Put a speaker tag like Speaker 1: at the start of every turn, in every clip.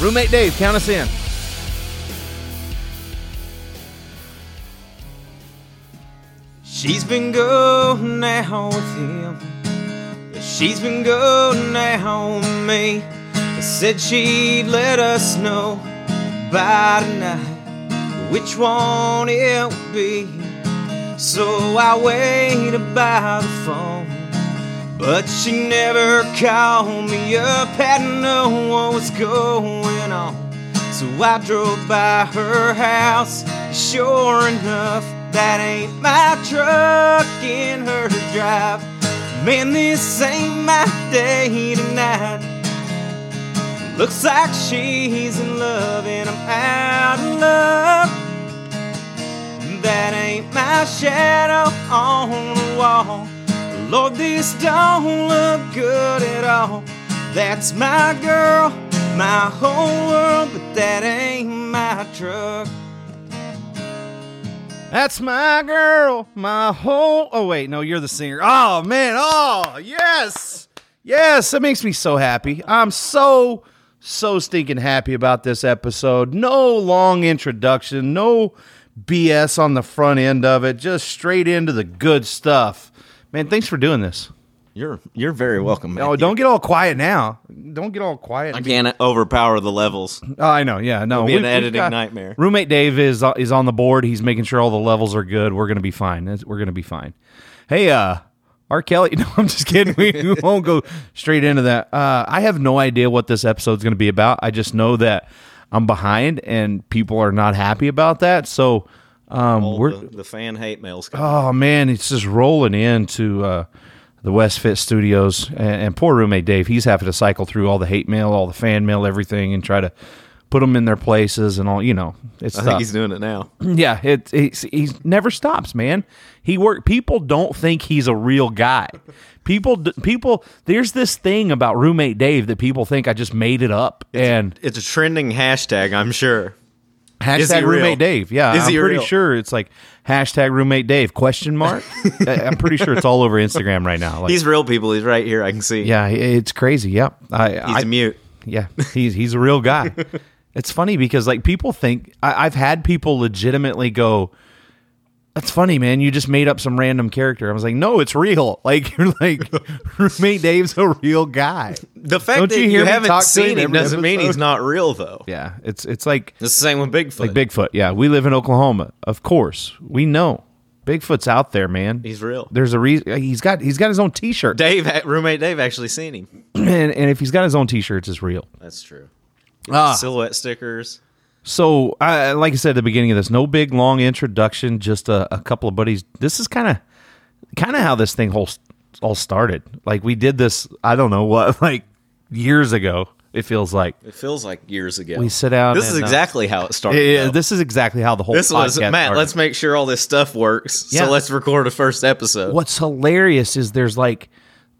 Speaker 1: Roommate Dave, count us in.
Speaker 2: She's been going out with him. She's been going out with me. Said she'd let us know by tonight which one it would be. So I waited by the phone. But she never called me up, hadn't known what was going on. So I drove by her house. Sure enough, that ain't my truck in her drive. Man, this ain't my day tonight. Looks like she's in love and I'm out of love. That ain't my shadow on the wall. Lord, this don't look good at all. That's my girl, my whole world, but that ain't my truck.
Speaker 1: That's my girl, my whole. Oh wait, no, you're the singer. Oh man, oh yes, yes, that makes me so happy. I'm so so stinking happy about this episode. No long introduction, no BS on the front end of it. Just straight into the good stuff. Man, thanks for doing this.
Speaker 3: You're you're very welcome.
Speaker 1: Oh,
Speaker 3: Matthew.
Speaker 1: don't get all quiet now. Don't get all quiet.
Speaker 2: I can't overpower the levels.
Speaker 1: Oh, I know. Yeah, no.
Speaker 2: be an
Speaker 1: we've- we've
Speaker 2: editing nightmare.
Speaker 1: Roommate Dave is uh, is on the board. He's making sure all the levels are good. We're gonna be fine. That's- We're gonna be fine. Hey, uh, R. Kelly. No, I'm just kidding. We, we won't go straight into that. Uh, I have no idea what this episode's gonna be about. I just know that I'm behind and people are not happy about that. So, um, we're
Speaker 2: the, the fan hate mails.
Speaker 1: oh man, it's just rolling into uh, the West Fit Studios, and, and poor roommate Dave, he's having to cycle through all the hate mail, all the fan mail, everything, and try to put them in their places and all. You know, it's
Speaker 2: I
Speaker 1: tough.
Speaker 2: think he's doing it now.
Speaker 1: yeah, it, he's he's never stops, man. He work. People don't think he's a real guy. People, d- people. There's this thing about roommate Dave that people think I just made it up, and
Speaker 2: It's a trending hashtag, I'm sure.
Speaker 1: Hashtag
Speaker 2: Is he real?
Speaker 1: roommate Dave. Yeah,
Speaker 2: Is
Speaker 1: I'm
Speaker 2: he
Speaker 1: pretty
Speaker 2: real?
Speaker 1: sure it's like hashtag roommate Dave question mark. I- I'm pretty sure it's all over Instagram right now. Like,
Speaker 2: He's real people. He's right here. I can see.
Speaker 1: yeah, i- it's crazy. Yep. I, I
Speaker 2: He's a mute.
Speaker 1: yeah, he's he's a real guy. it's funny because like people think I, I've had people legitimately go, "That's funny, man. You just made up some random character." I was like, "No, it's real. Like you're like roommate Dave's a real guy."
Speaker 2: The fact
Speaker 1: Don't
Speaker 2: that
Speaker 1: you
Speaker 2: you,
Speaker 1: hear me
Speaker 2: haven't
Speaker 1: talk to him
Speaker 2: seen him
Speaker 1: every
Speaker 2: doesn't mean
Speaker 1: episode?
Speaker 2: he's not real, though.
Speaker 1: Yeah, it's it's like
Speaker 2: It's the same with Bigfoot.
Speaker 1: like Bigfoot. Yeah, we live in Oklahoma. Of course, we know Bigfoot's out there, man.
Speaker 2: He's real.
Speaker 1: There's a reason he's got he's got his own T-shirt,
Speaker 2: Dave, roommate Dave, actually seen him.
Speaker 1: and, and if he's got his own T-shirts, it's real.
Speaker 2: That's true.
Speaker 1: Ah.
Speaker 2: Silhouette stickers.
Speaker 1: So, I, like I said at the beginning of this, no big long introduction, just a, a couple of buddies. This is kind of kind of how this thing whole all started. Like we did this, I don't know what, like years ago. It feels like
Speaker 2: It feels like years ago.
Speaker 1: We sit down
Speaker 2: This is
Speaker 1: and, uh,
Speaker 2: exactly how it started.
Speaker 1: Yeah,
Speaker 2: though.
Speaker 1: Eh, this is exactly how the whole
Speaker 2: This was
Speaker 1: podcast
Speaker 2: Matt.
Speaker 1: started.
Speaker 2: Let's make sure all this stuff works.
Speaker 1: Yeah.
Speaker 2: So let's record a first episode.
Speaker 1: what's hilarious is there's like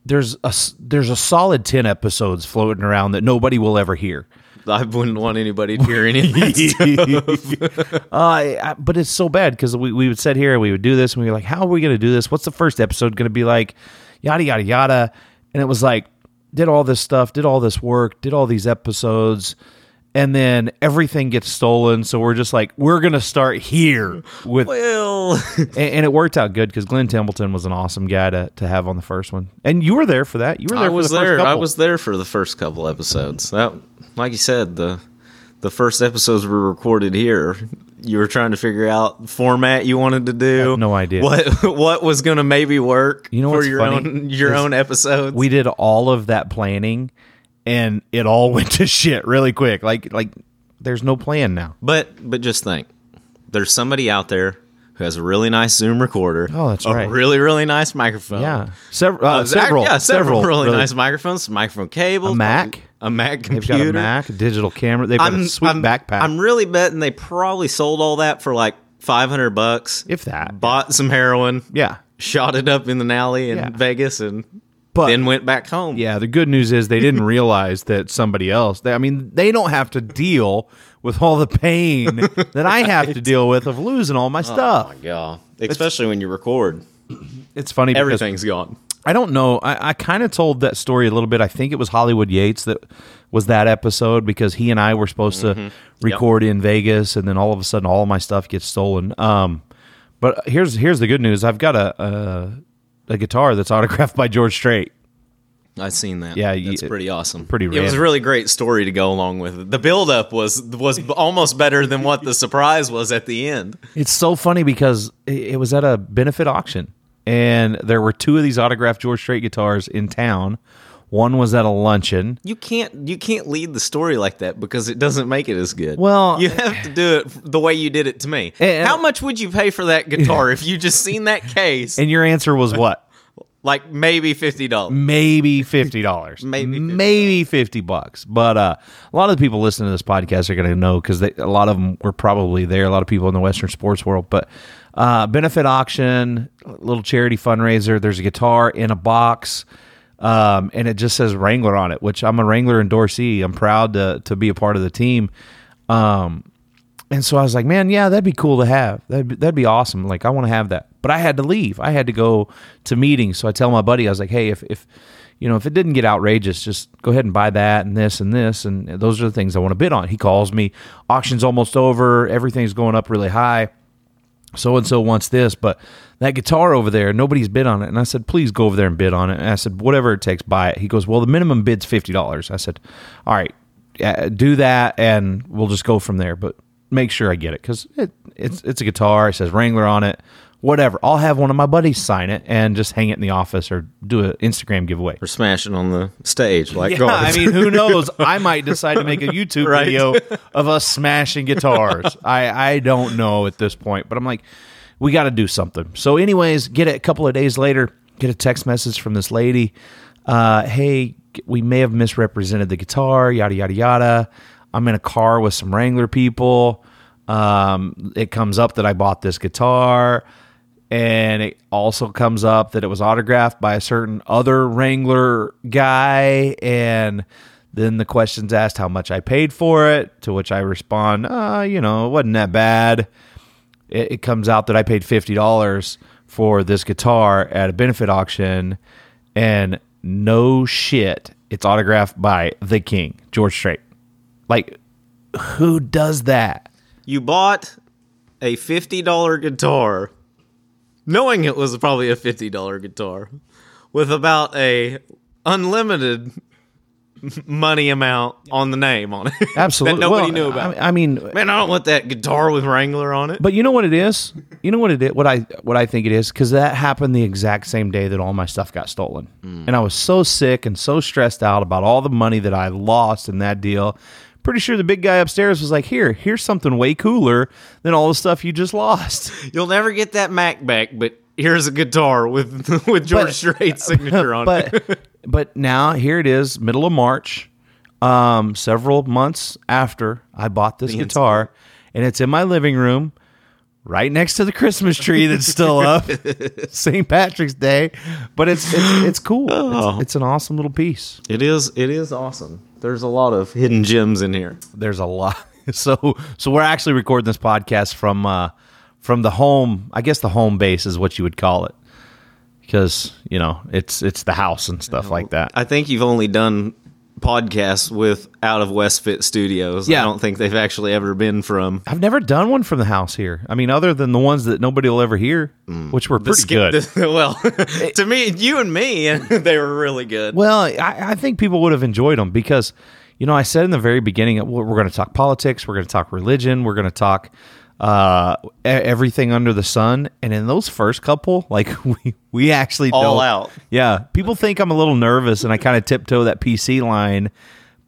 Speaker 1: there's a s- there's a solid 10 episodes floating around that nobody will ever hear
Speaker 2: I wouldn't want anybody to hear any of that stuff.
Speaker 1: uh, I- but it's so bad because we, we would sit here and we would do this and we were like how are we going to do this what's the first episode going to be like yada yada yada and it was like did all this stuff did all this work did all these episodes and then everything gets stolen so we're just like we're going to start here with
Speaker 2: Well,
Speaker 1: and, and it worked out good because Glenn Templeton was an awesome guy to, to have on the first one, and you were there for that. You were there.
Speaker 2: I
Speaker 1: for
Speaker 2: was
Speaker 1: the
Speaker 2: there.
Speaker 1: First
Speaker 2: I
Speaker 1: couple.
Speaker 2: was there for the first couple episodes. That, like you said, the the first episodes were recorded here. You were trying to figure out format you wanted to do.
Speaker 1: no idea.
Speaker 2: what what was going to maybe work.
Speaker 1: You know
Speaker 2: for
Speaker 1: what's
Speaker 2: your
Speaker 1: funny?
Speaker 2: own your
Speaker 1: Is
Speaker 2: own episodes.
Speaker 1: We did all of that planning, and it all went to shit really quick. Like like there's no plan now.
Speaker 2: but but just think, there's somebody out there who has a really nice Zoom recorder.
Speaker 1: Oh, that's
Speaker 2: a
Speaker 1: right.
Speaker 2: Really really nice microphone.
Speaker 1: Yeah, several
Speaker 2: Uh,
Speaker 1: uh,
Speaker 2: ac-
Speaker 1: several
Speaker 2: yeah, several, really,
Speaker 1: really-
Speaker 2: nice microphones, microphone cables,
Speaker 1: A Mac.
Speaker 2: a Mac
Speaker 1: They've
Speaker 2: computer,
Speaker 1: got a Mac, a digital camera. They've got a sweet backpack.
Speaker 2: I'm really betting they probably sold all that for like 500 bucks.
Speaker 1: if that,
Speaker 2: Bought some heroin,
Speaker 1: yeah,
Speaker 2: shot it up in an alley in
Speaker 1: Yeah.
Speaker 2: Vegas, and
Speaker 1: but
Speaker 2: then went back home.
Speaker 1: Yeah, the good news is they didn't realize that somebody else. They, I mean, they don't have to deal with all the pain that I have to deal with of
Speaker 2: Oh,
Speaker 1: losing all my stuff.
Speaker 2: Yeah. Especially when you record,
Speaker 1: It's funny because
Speaker 2: everything's gone.
Speaker 1: I don't know. I, I kind of told that story a little bit. I think it was Hollywood Yates that was that episode because he and I were supposed to record in Vegas, and then all of a sudden, all of my stuff gets stolen. Um, but here's here's the good news. I've got a a, a guitar that's autographed by George Strait.
Speaker 2: I've seen that.
Speaker 1: Yeah, you-
Speaker 2: that's pretty awesome.
Speaker 1: pretty
Speaker 2: It was a
Speaker 1: random.
Speaker 2: really great story to go along with it. The build up was was almost better than what the surprise was at the end.
Speaker 1: It's so funny because it it was at a benefit auction, and there were two of these autographed George Strait guitars in town. One was at a luncheon.
Speaker 2: You can't you can't lead the story like that because it doesn't make it as good.
Speaker 1: Well-
Speaker 2: you have to do it the way you did it to me.
Speaker 1: And-
Speaker 2: How much would you pay for that guitar if you just seen that case?
Speaker 1: And Mm. your answer was what?
Speaker 2: like maybe fifty dollars.
Speaker 1: maybe fifty dollars,
Speaker 2: Maybe $50.
Speaker 1: maybe fifty bucks. But uh, a lot of the people listening to this podcast are going to know because a lot of them were probably there. A lot of people in the Western sports world, but uh, benefit auction, little charity fundraiser. There's a guitar in a box. Um, and it just says Wrangler on it, which I'm a Wrangler endorsee. I'm proud to, to be a part of the team. Um, and so I was like, man, yeah, that'd be cool to have. That'd be, that'd be awesome. Like, I want to have that. But I had to leave. I had to go to meetings. So I tell my buddy, I was like, hey, if, if you know, if it didn't get outrageous, just go ahead and buy that and this and this. And those are the things I want to bid on. He calls me, auction's almost over. Everything's going up really high. So and so wants this, but that guitar over there, nobody's bid on it. And I said, please go over there and bid on it. And I said, whatever it takes, buy it. He goes, well, the minimum bid's $50. I said, all right, uh, do that and we'll just go from there. But make sure I get it because it, it's, it's a guitar. It says Wrangler on it, whatever. I'll have one of my buddies sign it and just hang it in the office or do an Instagram giveaway.
Speaker 2: We're smashing on the stage like
Speaker 1: Yeah,
Speaker 2: God.
Speaker 1: I mean, who knows? I might decide to make a YouTube
Speaker 2: Right.
Speaker 1: video of us smashing guitars. I I don't know at this point, but I'm like, we got to do something. So, anyways, get it a couple of days later, get a text message from this lady. Uh, hey, we may have misrepresented the guitar. Yada yada yada. I'm in a car with some Wrangler people. Um, it comes up that I bought this guitar and it also comes up that it was autographed by a certain other Wrangler guy. And then the question's asked how much I paid for it, to which I respond, uh, you know, it wasn't that bad. It, it comes out that I paid $50 for this guitar at a benefit auction. And no shit, it's autographed by the king, George Strait. Like, who does that?
Speaker 2: you bought a $50 guitar knowing it was probably a $50 guitar with about a unlimited money amount on the name on it
Speaker 1: Absolutely.
Speaker 2: that nobody
Speaker 1: Well,
Speaker 2: knew about
Speaker 1: I, I mean,
Speaker 2: man i don't want that guitar with wrangler on it
Speaker 1: But you know what it is? You know what it is? What I what I think it is? Because that happened the exact same day that all my stuff got stolen, and I was so sick and so stressed out about all the money that I lost in that deal. Pretty sure the big guy upstairs was like, "Here, here's something way cooler than all the stuff you just lost."
Speaker 2: you'll never get that mac back but here's a guitar with with george
Speaker 1: But- uh,
Speaker 2: strait's signature on it
Speaker 1: but but now here it is, middle of March, um, several months after I bought this guitar, and it's in my living room, right next to the Christmas tree that's still up, St. Patrick's Day. But it's it's, it's cool. It's, it's an awesome little piece.
Speaker 2: it is it is awesome there's a lot of hidden gems in here
Speaker 1: There's a lot. So so we're actually recording this podcast from uh, from the home. I guess the home base is what you would call it. Because you know it's it's the house and stuff like that.
Speaker 2: I think you've only done podcasts with out of Westfit Studios. I
Speaker 1: Yeah.
Speaker 2: don't think they've actually ever been from.
Speaker 1: I've never done one from the house here. I mean, other than the ones that nobody will ever hear,
Speaker 2: Mm.
Speaker 1: which were pretty good.
Speaker 2: well, to me, you and me, they were really good.
Speaker 1: well, I, I think people would have enjoyed them because, you know, I said in the very beginning, we're going to talk politics, we're going to talk religion, we're going to talk uh, e- everything under the sun. And in those first couple, like we we actually
Speaker 2: All
Speaker 1: don't-
Speaker 2: out.
Speaker 1: Yeah, people think I'm a little nervous, and I kind of tiptoe that PC line,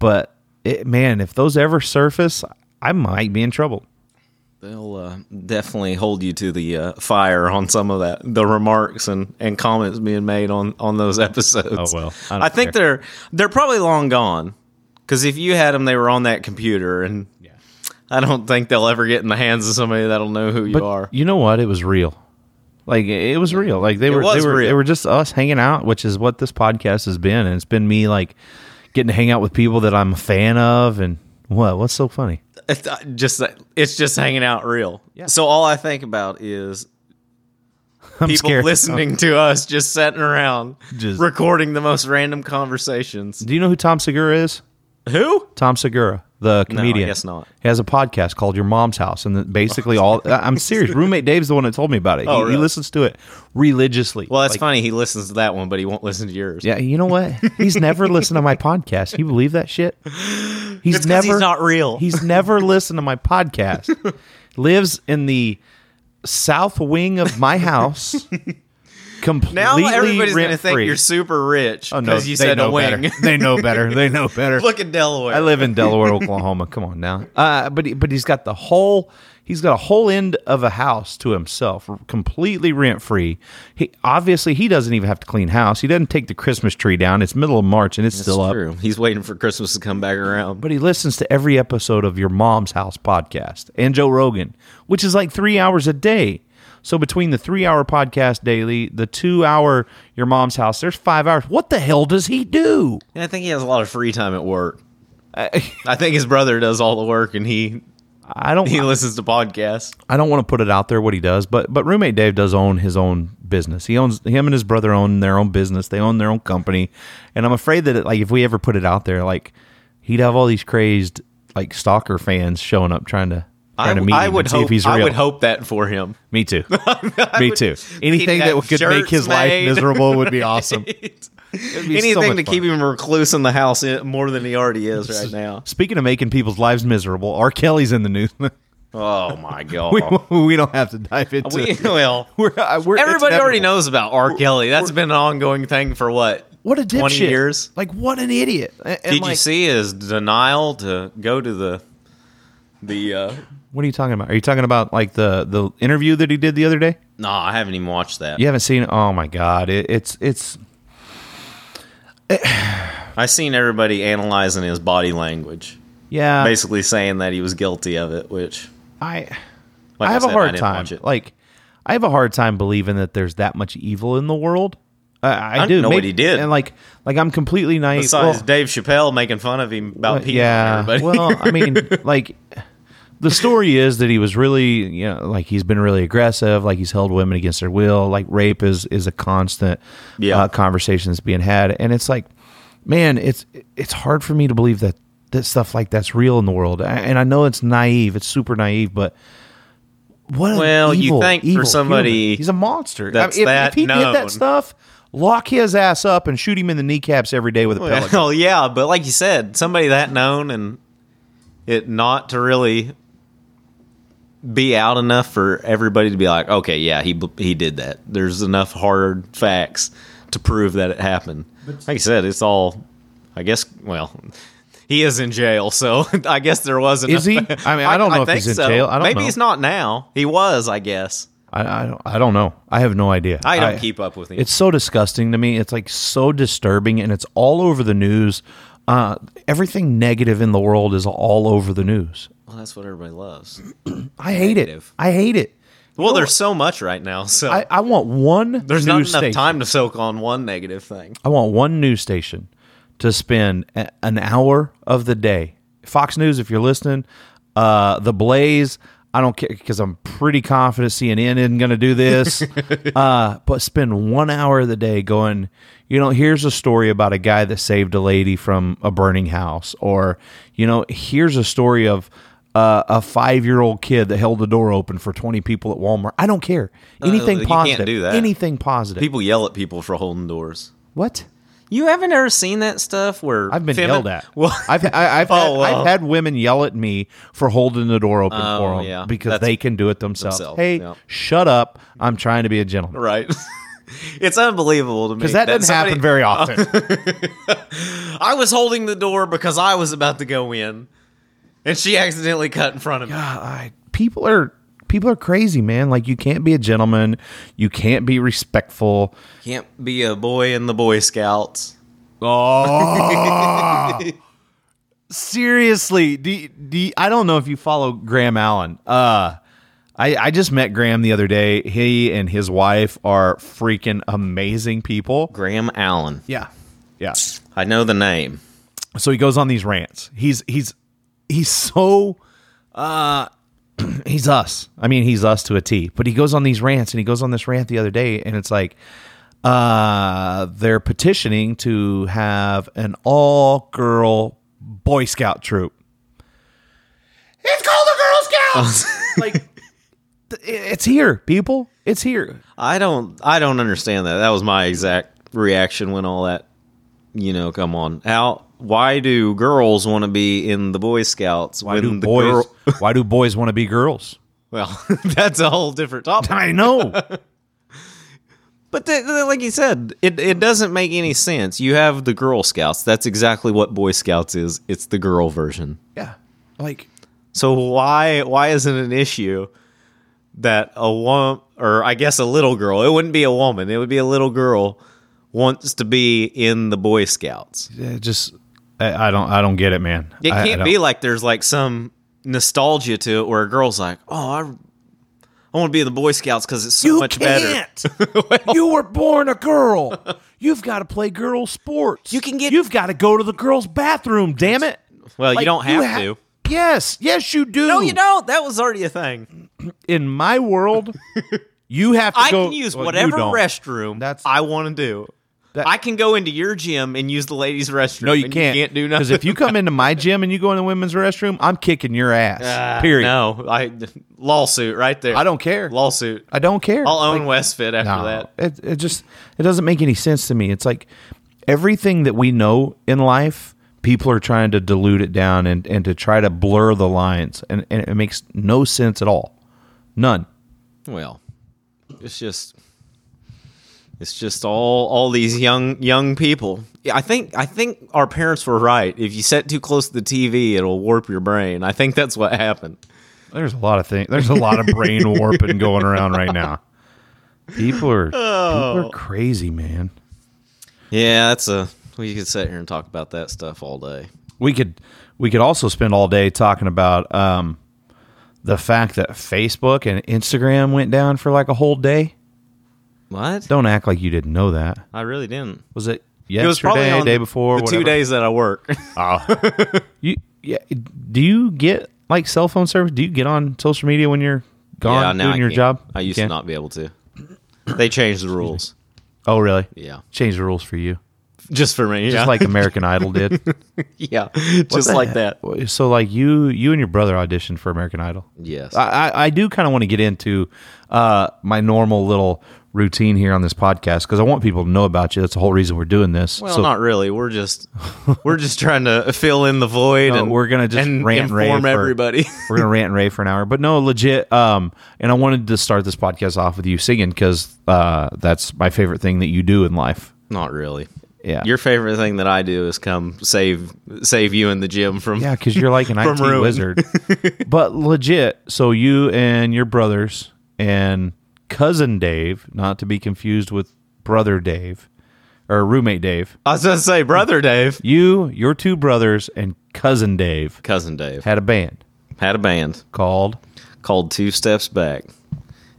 Speaker 1: but it, man, if those ever surface, I might be in trouble.
Speaker 2: They'll uh, definitely hold you to the uh, fire on some of that, the remarks and, and comments being made on, on those episodes.
Speaker 1: Oh, well, I
Speaker 2: I,
Speaker 1: don't
Speaker 2: think they're they're probably long gone because if you had them, they were on that computer, and I don't think they'll ever get in the hands of somebody that'll know who you
Speaker 1: But
Speaker 2: are.
Speaker 1: you know what? It was real. Like it was real. Like they were they
Speaker 2: was
Speaker 1: were
Speaker 2: real.
Speaker 1: they were just us hanging out, which is what this podcast has been. And it's been me like getting to hang out with people that I'm a fan of and what what's so funny?
Speaker 2: It's uh, just that- it's just hanging out real.
Speaker 1: Yeah.
Speaker 2: So all I think about is
Speaker 1: I'm
Speaker 2: people
Speaker 1: scared.
Speaker 2: listening to us just sitting around,
Speaker 1: Just-
Speaker 2: recording the most random conversations.
Speaker 1: Do you know who Tom Segura is?
Speaker 2: Who?
Speaker 1: Tom Segura, the comedian.
Speaker 2: guess not.
Speaker 1: He has a podcast called Your Mom's House, and that basically all I- I'm serious. Roommate Dave's the one that told me about it.
Speaker 2: Oh,
Speaker 1: he, he
Speaker 2: really?
Speaker 1: listens to it religiously.
Speaker 2: Well, that's
Speaker 1: Like,
Speaker 2: funny. He listens to that one, but he won't listen to yours.
Speaker 1: Yeah, you know what? He's never listened to my podcast. Can You believe that shit? He's
Speaker 2: 'cause
Speaker 1: never.
Speaker 2: he's not real.
Speaker 1: He's never listened to my podcast. Lives in the south wing of my house. Completely
Speaker 2: Now everybody's going to think
Speaker 1: rent-free.
Speaker 2: you're super rich because
Speaker 1: Oh, no,
Speaker 2: you
Speaker 1: they
Speaker 2: said
Speaker 1: know
Speaker 2: a wing.
Speaker 1: Better. They know better. They know better.
Speaker 2: Look at Delaware.
Speaker 1: I live in Delaware, Oklahoma. Come on now. Uh, but he, but he's got the whole he's got a whole end of a house to himself, r- completely rent free. He obviously he doesn't even have to clean house. He doesn't take the Christmas tree down. It's middle of March and it's
Speaker 2: It's
Speaker 1: still up.
Speaker 2: true. He's waiting for Christmas to come back around.
Speaker 1: But he listens to every episode of your mom's house podcast and Joe Rogan, which is like three hours a day. So between the three hour podcast daily, the two hour your mom's house, there's five hours. What the hell does he do?
Speaker 2: And I think he has a lot of free time at work. I think his brother does all the work, and he
Speaker 1: I don't
Speaker 2: he listens to podcasts.
Speaker 1: I don't want to put it out there what he does, but but roommate Dave does own his own business. He owns him and his brother own their own business. They own their own company, and I'm afraid that like if we ever put it out there, like he'd have all these crazed like stalker fans showing up trying to trying
Speaker 2: I,
Speaker 1: to meet
Speaker 2: I
Speaker 1: him
Speaker 2: would
Speaker 1: and
Speaker 2: hope
Speaker 1: see if he's real.
Speaker 2: I would hope that for him.
Speaker 1: Me too. Me too. Anything
Speaker 2: have
Speaker 1: that could make
Speaker 2: shirts
Speaker 1: his
Speaker 2: made.
Speaker 1: life miserable would be awesome. It'd be so
Speaker 2: Anything
Speaker 1: much
Speaker 2: to keep
Speaker 1: fun.
Speaker 2: him recluse in the house i- more than he already is right now.
Speaker 1: Speaking of making people's lives miserable, R. Kelly's in the news.
Speaker 2: Oh my
Speaker 1: we,
Speaker 2: god.
Speaker 1: we don't have to dive into.
Speaker 2: Oh. we,
Speaker 1: it.
Speaker 2: well,
Speaker 1: We're- uh, we're- it's
Speaker 2: everybody already
Speaker 1: inevitable.
Speaker 2: knows about R. Kelly. That's been an ongoing thing for what?
Speaker 1: What a dipshit!
Speaker 2: 20 years.
Speaker 1: Like what an idiot! And, and
Speaker 2: Did you
Speaker 1: like-
Speaker 2: see his denial to go to the the? uh
Speaker 1: What are you talking about? Are you talking about like the the interview that he did the other day?
Speaker 2: No, I haven't even watched that.
Speaker 1: You haven't seen? Oh my god! It, it's it's
Speaker 2: I seen everybody analyzing his body language,
Speaker 1: yeah.
Speaker 2: basically saying that he was guilty of it. Which,
Speaker 1: I
Speaker 2: like
Speaker 1: I have
Speaker 2: said,
Speaker 1: a hard
Speaker 2: didn't
Speaker 1: time
Speaker 2: watch it.
Speaker 1: like I have a hard time believing that there's that much evil in the world. I, I,
Speaker 2: don't
Speaker 1: do
Speaker 2: know what he did.
Speaker 1: and like like I'm completely naive.
Speaker 2: Besides
Speaker 1: Well,
Speaker 2: Dave Chappelle making fun of him about
Speaker 1: Well,
Speaker 2: peeing
Speaker 1: Uh, yeah.
Speaker 2: on everybody.
Speaker 1: well, I mean, like the story is that he was really, you know, like he's been really aggressive, like he's held women against their will, like rape is is a constant
Speaker 2: Yeah.
Speaker 1: uh, conversation that's being had, and it's like, man, it's it's hard for me to believe that that stuff like that's real in the world, A- and I know it's naive, it's super naive, but. What an
Speaker 2: Well, you
Speaker 1: evil,
Speaker 2: think for
Speaker 1: evil
Speaker 2: somebody
Speaker 1: human. he's a monster. I mean,
Speaker 2: that's
Speaker 1: if,
Speaker 2: that
Speaker 1: if he did
Speaker 2: known.
Speaker 1: that stuff, lock his ass up and shoot him in the kneecaps every day with a pellet. gun.
Speaker 2: Well, yeah, but like you said, somebody that known and it not to really be out enough for everybody to be like, okay, yeah, he bl- he did that. There's enough hard facts to prove that it happened. Like I said, it's all, I guess. Well, he is in jail, so I guess there wasn't.
Speaker 1: Is he? I mean, I don't know if he's in jail. I don't
Speaker 2: Maybe
Speaker 1: know.
Speaker 2: he's not now. He was, I guess.
Speaker 1: I, I don't. I don't know. I have no idea.
Speaker 2: I don't keep up with him.
Speaker 1: It's so disgusting to me. It's like so disturbing, and it's all over the news. Uh, everything negative in the world is all over the news.
Speaker 2: well, that's what everybody loves.
Speaker 1: I hate
Speaker 2: Negative.
Speaker 1: it. I hate it.
Speaker 2: Well, there's so much right now, so
Speaker 1: I, I want one.
Speaker 2: there's
Speaker 1: news
Speaker 2: not enough
Speaker 1: station.
Speaker 2: time to soak on one negative thing.
Speaker 1: I want one news station to spend a- an hour of the day. Fox News, if you're listening, uh, The Blaze. I don't care because I'm pretty confident CNN isn't going to do this. uh, but spend one hour of the day going, you know, here's a story about a guy that saved a lady from a burning house, or you know, here's a story of uh, a five year old kid that held the door open for 20 people at Walmart. I don't care. Anything
Speaker 2: you can't
Speaker 1: positive.
Speaker 2: do that.
Speaker 1: Anything positive.
Speaker 2: People yell at people for holding doors.
Speaker 1: what?
Speaker 2: You haven't ever seen that stuff where
Speaker 1: I've been
Speaker 2: femi-
Speaker 1: yelled at.
Speaker 2: Well,
Speaker 1: I've I, I've, had,
Speaker 2: Oh, well.
Speaker 1: I've had women yell at me for holding the door open
Speaker 2: Oh,
Speaker 1: for them
Speaker 2: yeah.
Speaker 1: because
Speaker 2: That's-
Speaker 1: they can do it themselves.
Speaker 2: themselves,
Speaker 1: Hey,
Speaker 2: yeah.
Speaker 1: shut up! I'm trying to be a gentleman
Speaker 2: right. it's unbelievable to me
Speaker 1: because that doesn't
Speaker 2: somebody-
Speaker 1: happen very often.
Speaker 2: I was holding the door because I was about to go in, and she accidentally cut in front of me.
Speaker 1: I, people are people are crazy, man. Like you can't be a gentleman, you can't be respectful.
Speaker 2: Can't be a boy in the Boy Scouts.
Speaker 1: Seriously, do, you- do you- I don't know if you follow Graham Allen. Uh, I I just met Graham the other day. He and his wife are freaking amazing people.
Speaker 2: Graham Allen.
Speaker 1: Yeah, yeah.
Speaker 2: I know the name.
Speaker 1: so he goes on these rants. He's he's he's so uh he's us. I mean, he's us to a T. But he goes on these rants, and he goes on this rant the other day, and it's like uh, they're petitioning to have an all-girl Boy Scout troop. It's called the Girl Scouts. like th- it's here, people. It's here.
Speaker 2: I don't I don't understand that. That was my exact reaction when all that you know, come on. How why do girls want to be in the Boy Scouts
Speaker 1: Why
Speaker 2: when
Speaker 1: do
Speaker 2: the
Speaker 1: boys?
Speaker 2: girl
Speaker 1: why do boys want to be girls?
Speaker 2: Well, that's a whole different topic.
Speaker 1: I know.
Speaker 2: But th- th- like you said, it, it doesn't make any sense. You have the Girl Scouts. That's exactly what Boy Scouts is. It's the girl version.
Speaker 1: yeah, like
Speaker 2: So why why isn't it an issue that a woman or I guess a little girl, it wouldn't be a woman, it would be a little girl wants to be in the Boy Scouts.
Speaker 1: it uh, just I, I don't I don't get it, man.
Speaker 2: It
Speaker 1: I- I
Speaker 2: can't
Speaker 1: don't-
Speaker 2: be like there's like some nostalgia to it where a girl's like, "Oh, I I want to be in the Boy Scouts cuz it's so
Speaker 1: you
Speaker 2: much better."
Speaker 1: can't. you were born a girl. You've got to play girl sports.
Speaker 2: You can get-
Speaker 1: You've got to go to the girls' bathroom. Damn it!
Speaker 2: Well,
Speaker 1: Like,
Speaker 2: you don't have
Speaker 1: ha-
Speaker 2: to. Hmm.
Speaker 1: Yes, yes, you do.
Speaker 2: No, you don't. That was already a thing.
Speaker 1: In my world, you have to
Speaker 2: I
Speaker 1: go.
Speaker 2: can use
Speaker 1: well, you
Speaker 2: whatever
Speaker 1: don't.
Speaker 2: restroom
Speaker 1: That's-
Speaker 2: I want to do.
Speaker 1: That-
Speaker 2: I can go into your gym and use the ladies' restroom.
Speaker 1: No, you
Speaker 2: and
Speaker 1: can't.
Speaker 2: You can't do
Speaker 1: Because
Speaker 2: nothing.
Speaker 1: if you come into my gym and you go in the women's restroom, I'm kicking your ass.
Speaker 2: Ah,
Speaker 1: period.
Speaker 2: No, I lawsuit right there.
Speaker 1: I don't care.
Speaker 2: Lawsuit.
Speaker 1: I don't care.
Speaker 2: I'll own WestFit after that.
Speaker 1: It, it just it doesn't make any sense to me. It's like everything that we know in life, people are trying to dilute it down and, and to try to blur the lines, and, and it makes no sense at all. None.
Speaker 2: Well, it's just it's just all all these young young people. Yeah, I think I think our parents were right. If you sit too close to the TV, it'll warp your brain. I think that's what happened.
Speaker 1: There's a lot of things. There's a lot of brain warping going around right now. People are
Speaker 2: Oh.
Speaker 1: people are crazy, man.
Speaker 2: Yeah, that's a we could sit here and talk about that stuff all day.
Speaker 1: We could we could also spend all day talking about um, the fact that Facebook and Instagram went down for like a whole day.
Speaker 2: What?
Speaker 1: Don't act like you didn't know that.
Speaker 2: I really didn't.
Speaker 1: Was it
Speaker 2: It was probably
Speaker 1: yesterday,
Speaker 2: on
Speaker 1: day
Speaker 2: the-
Speaker 1: before,
Speaker 2: the
Speaker 1: whatever?
Speaker 2: two days that I work.
Speaker 1: You, yeah. Do you get like cell phone service? Do you get on social media when you're gone
Speaker 2: now
Speaker 1: doing
Speaker 2: I
Speaker 1: your
Speaker 2: can't.
Speaker 1: job?
Speaker 2: I
Speaker 1: You
Speaker 2: used to
Speaker 1: can't?
Speaker 2: not be able to. They changed the rules.
Speaker 1: Oh, really?
Speaker 2: Yeah,
Speaker 1: Change the rules for you,
Speaker 2: just for me.
Speaker 1: just
Speaker 2: yeah.
Speaker 1: like American Idol did.
Speaker 2: yeah, just like that.
Speaker 1: So, like you, you and your brother auditioned for American Idol.
Speaker 2: Yes.
Speaker 1: I, I, I do kind of want to get into uh, my normal little routine here on this podcast because I want people to know about you. That's the whole reason we're doing this.
Speaker 2: well,
Speaker 1: so,
Speaker 2: not really. We're just we're just trying to fill in the void,
Speaker 1: No,
Speaker 2: and
Speaker 1: we're gonna just
Speaker 2: and
Speaker 1: rant and rave
Speaker 2: inform
Speaker 1: for-
Speaker 2: everybody.
Speaker 1: we're gonna rant and rave for an hour but no legit um and i wanted to start this podcast off with you singing because uh that's my favorite thing that you do in life
Speaker 2: not really.
Speaker 1: yeah
Speaker 2: Your favorite thing that I do is come save save you in the gym from.
Speaker 1: yeah because you're like an
Speaker 2: From
Speaker 1: IT
Speaker 2: ruin.
Speaker 1: wizard but legit so you and your brothers and cousin dave not to be confused with brother dave or roommate dave
Speaker 2: I was gonna say, brother Dave,
Speaker 1: you your two brothers and cousin dave
Speaker 2: cousin Dave,
Speaker 1: had a band
Speaker 2: had a band.
Speaker 1: called
Speaker 2: called Two Steps Back,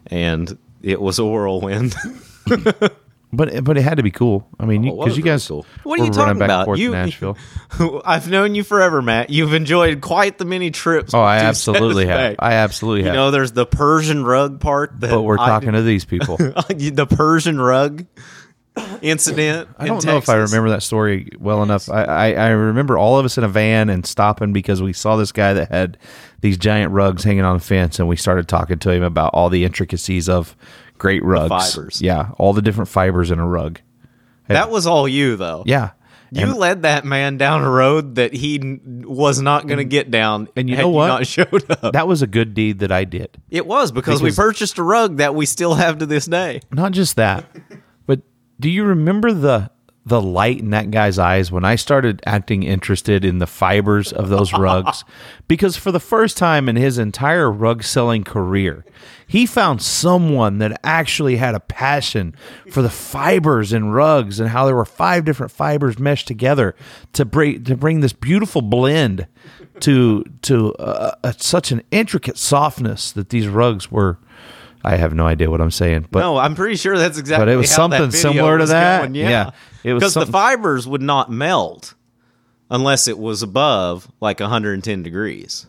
Speaker 2: and it was a whirlwind.
Speaker 1: but but it had to be cool i mean
Speaker 2: Well, Oh, it
Speaker 1: because
Speaker 2: was
Speaker 1: you
Speaker 2: really
Speaker 1: guys
Speaker 2: cool. What are
Speaker 1: were
Speaker 2: you
Speaker 1: running
Speaker 2: talking
Speaker 1: back and
Speaker 2: about?
Speaker 1: forth to
Speaker 2: You-
Speaker 1: nashville
Speaker 2: I've known you forever, Matt. You've enjoyed quite the many trips.
Speaker 1: Oh,
Speaker 2: with
Speaker 1: I
Speaker 2: Two
Speaker 1: absolutely
Speaker 2: Steps Back.
Speaker 1: have. I absolutely
Speaker 2: you
Speaker 1: have.
Speaker 2: know, there's the Persian rug part. That
Speaker 1: but we're
Speaker 2: I-
Speaker 1: talking to these people.
Speaker 2: the Persian rug incident.
Speaker 1: I don't know if I remember that story well enough. I, I, I remember all of us in a van and stopping because we saw this guy that had these giant rugs hanging on the fence, and we started talking to him about all the intricacies of great rugs.
Speaker 2: fibers.
Speaker 1: Yeah, all the different fibers in a rug.
Speaker 2: That was all you, though.
Speaker 1: Yeah.
Speaker 2: You led that man down a road that he n- was not going to get down,
Speaker 1: and you
Speaker 2: had
Speaker 1: know what?
Speaker 2: not showed up.
Speaker 1: That was a good deed that I did.
Speaker 2: It was because, we purchased a rug that we still have to this day.
Speaker 1: Not just that, but do you remember the the light in that guy's eyes when I started acting interested in the fibers of those rugs? Because for the first time in his entire rug selling career, he found someone that actually had a passion for the fibers in rugs and how there were five different fibers meshed together to bring to bring this beautiful blend to to uh, uh, such an intricate softness that these rugs were. I have no idea what I'm saying, but
Speaker 2: No, I'm pretty sure that's exactly.
Speaker 1: But it was
Speaker 2: how that
Speaker 1: something
Speaker 2: video
Speaker 1: similar to
Speaker 2: was
Speaker 1: that?
Speaker 2: going,
Speaker 1: Yeah.
Speaker 2: yeah,
Speaker 1: It was
Speaker 2: because the
Speaker 1: something-
Speaker 2: fibers would not melt unless it was above like 110 degrees.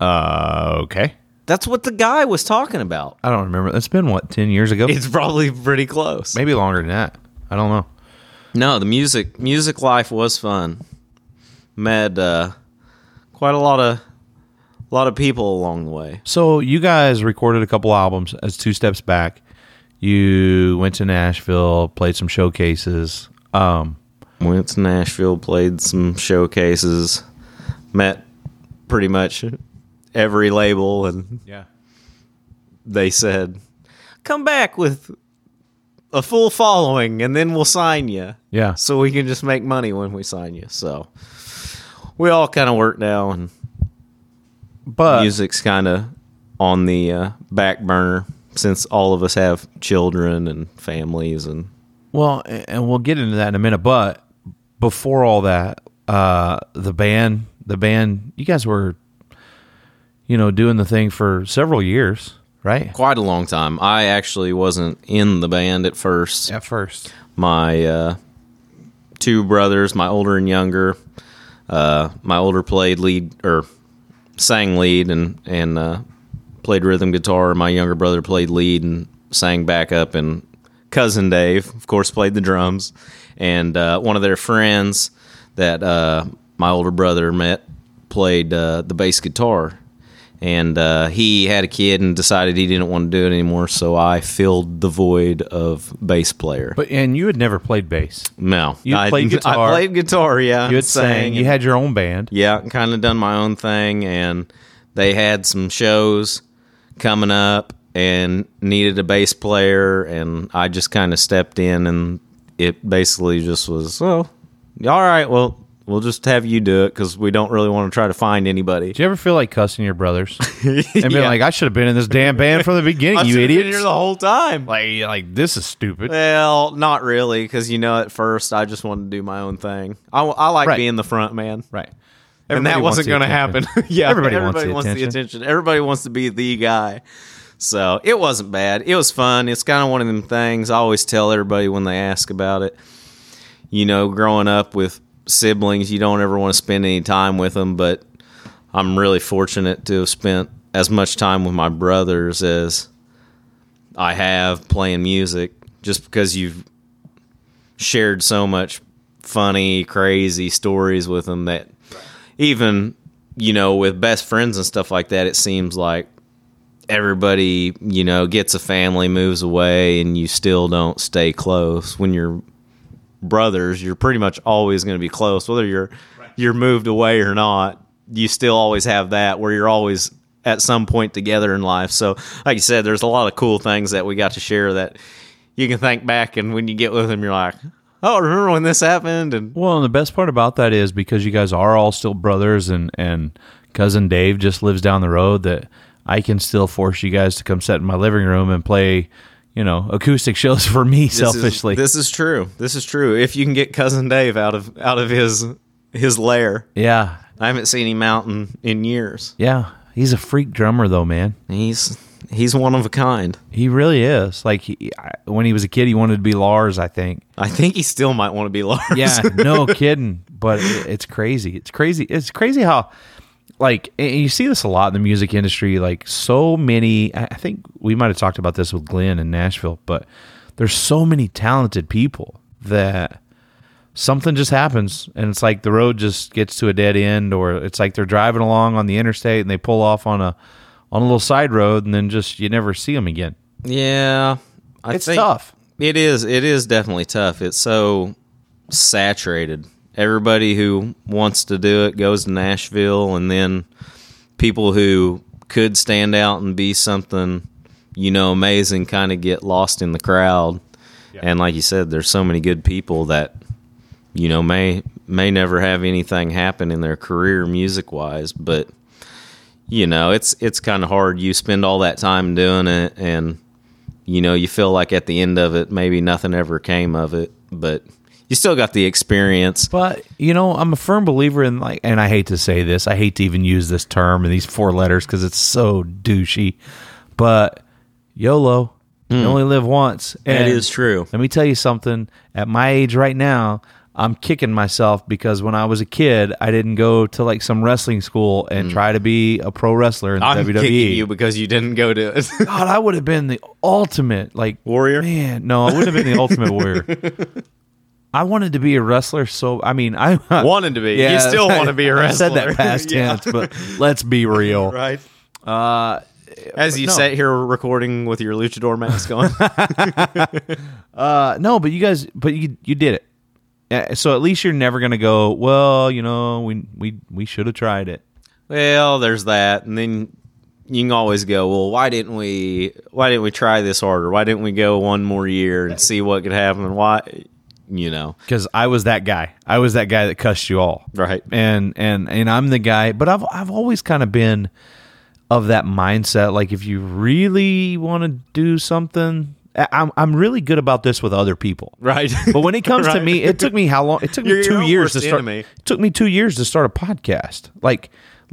Speaker 1: Uh, okay.
Speaker 2: That's what the guy was talking about.
Speaker 1: I don't remember. It's been what ten years ago,
Speaker 2: It's probably pretty close.
Speaker 1: maybe longer than that. I don't know.
Speaker 2: No, the music music life was fun. Met uh, quite a lot of lot of people along the way.
Speaker 1: So you guys recorded a couple albums as two steps back. You went to Nashville, played some showcases. Um,
Speaker 2: Went to Nashville, played some showcases, met pretty much every label, and
Speaker 1: yeah.
Speaker 2: they said, "Come back with a full following, and then we'll sign you."
Speaker 1: Yeah.
Speaker 2: so we can just make money when we sign you. So we all kind of work now, and
Speaker 1: But
Speaker 2: music's kind of on the uh, back burner since all of us have children and families, and
Speaker 1: Well, a- and we'll get into that in a minute. But before all that, uh, the band, the band, you guys were, you know, doing the thing for several years, right?
Speaker 2: quite a long time. I actually wasn't in the band at first.
Speaker 1: At first,
Speaker 2: My uh, two brothers, my older and younger, uh, my older played lead or sang lead and and uh, played rhythm guitar. My younger brother played lead and sang backup, and cousin Dave, of course, played the drums. And uh, one of their friends that uh, my older brother met played uh, the bass guitar. And uh, he had a kid and decided he didn't want to do it anymore, so I filled the void of bass player.
Speaker 1: but and you had never played bass.
Speaker 2: no,
Speaker 1: You
Speaker 2: I,
Speaker 1: played guitar.
Speaker 2: I played guitar. Yeah,
Speaker 1: You had sang. You
Speaker 2: and-
Speaker 1: had your own band.
Speaker 2: yeah, kind of done my own thing, and they had some shows coming up and needed a bass player, and I just kind of stepped in, and it basically just was, well, all right, well, we'll just have you do it because we don't really want to try to find anybody.
Speaker 1: Do you ever feel like cussing your brothers and being
Speaker 2: Yeah.
Speaker 1: like, "I should have been in this damn band from the beginning,
Speaker 2: I
Speaker 1: you
Speaker 2: should've been
Speaker 1: idiots"?
Speaker 2: here the whole time.
Speaker 1: Like, you're like this is stupid.
Speaker 2: Well, not really, because you know, at first I just wanted to do my own thing. I, I like
Speaker 1: Right.
Speaker 2: being the front man.
Speaker 1: Right.
Speaker 2: and that wasn't going to happen. yeah,
Speaker 1: Everybody wants the attention.
Speaker 2: Everybody wants to be the guy. So it wasn't bad. It was fun. It's kind of one of them things I always tell everybody when they ask about it. You know, growing up with siblings, you don't ever want to spend any time with them, but I'm really fortunate to have spent as much time with my brothers as I have playing music just because you've shared so much funny, crazy stories with them that even you know with best friends and stuff like that it seems like everybody you know gets a family moves away and you still don't stay close when you're brothers you're pretty much always going to be close whether you're you're moved away or not you still always have that where you're always at some point together in life so like you said there's a lot of cool things that we got to share that you can think back and when you get with them you're like oh remember when this happened and
Speaker 1: Well, and the best part about that is because you guys are all still brothers, and and cousin Dave just lives down the road. That I can still force you guys to come sit in my living room and play, you know, acoustic shows for me
Speaker 2: This is-
Speaker 1: selfishly.
Speaker 2: This is, true. This is true. If you can get cousin Dave out of out of his his lair,
Speaker 1: yeah,
Speaker 2: I haven't seen him out in, in years.
Speaker 1: yeah. He's a freak drummer, though, man.
Speaker 2: He's he's one of a kind.
Speaker 1: He really is. Like he, I, when he was a kid, he wanted to be Lars, I think.
Speaker 2: I think he still might want to be Lars.
Speaker 1: Yeah, no kidding. But it, it's crazy. It's crazy. It's crazy how, like, and you see this a lot in the music industry. Like, so many. I I think we might have talked about this with Glenn in Nashville, but there's so many talented people that something just happens, and it's like the road just gets to a dead end, or it's like they're driving along on the interstate and they pull off on a on a little side road, and then just you never see them again.
Speaker 2: yeah. I
Speaker 1: It's
Speaker 2: think-
Speaker 1: tough.
Speaker 2: It is. It is definitely tough. It's so saturated. Everybody who wants to do it goes to Nashville, and then people who could stand out and be something, you know, amazing kind of get lost in the crowd. And like you said, there's so many good people that you know may may never have anything happen in their career music wise, but you know, it's it's kind of hard. You spend all that time doing it and you know, you feel like at the end of it, maybe nothing ever came of it, but you still got the experience.
Speaker 1: But you know, I'm a firm believer in like, and I hate to say this, I hate to even use this term and these four letters because it's so douchey. But YOLO, you only live once.
Speaker 2: Hmm. That is true.
Speaker 1: Let me tell you something. At my age right now, I'm kicking myself because when I was a kid, I didn't go to like some wrestling school and try to be a pro wrestler in the
Speaker 2: Hmm. I'm kicking
Speaker 1: WWE.
Speaker 2: you because you didn't go to it.
Speaker 1: God, I would have been the ultimate like
Speaker 3: Warrior?
Speaker 1: Man, no, I would have been the ultimate warrior. I wanted to be a wrestler, so I mean, I
Speaker 2: Wanted to be. You still want to be a
Speaker 1: I said
Speaker 2: wrestler.
Speaker 1: that past
Speaker 2: Yeah.
Speaker 1: tense, but let's be real.
Speaker 2: right. Uh, As you
Speaker 1: no.
Speaker 2: sat here recording with your luchador mask on,
Speaker 1: Uh, no, but you guys, but you you did it. Uh, So at least you're never gonna go. Well, you know, we we we should have tried it.
Speaker 2: well, there's that, and then you can always go. Well, why didn't we? Why didn't we try this harder? Why didn't we go one more year and see what could happen? Why, you know,
Speaker 1: because I was that guy. I was that guy that cussed you all,
Speaker 2: Right.
Speaker 1: And and and I'm the guy, but I've I've always kind of been of that mindset. Like if you really want to do something, I- I'm I'm really good about this with other people,
Speaker 2: right?
Speaker 1: But when it comes to
Speaker 2: Right.
Speaker 1: me, it took me how long? It took
Speaker 2: You're
Speaker 1: me
Speaker 2: your
Speaker 1: two
Speaker 2: own
Speaker 1: years to
Speaker 2: worst
Speaker 1: start.
Speaker 2: enemy.
Speaker 1: It took me two years to start a podcast. Like,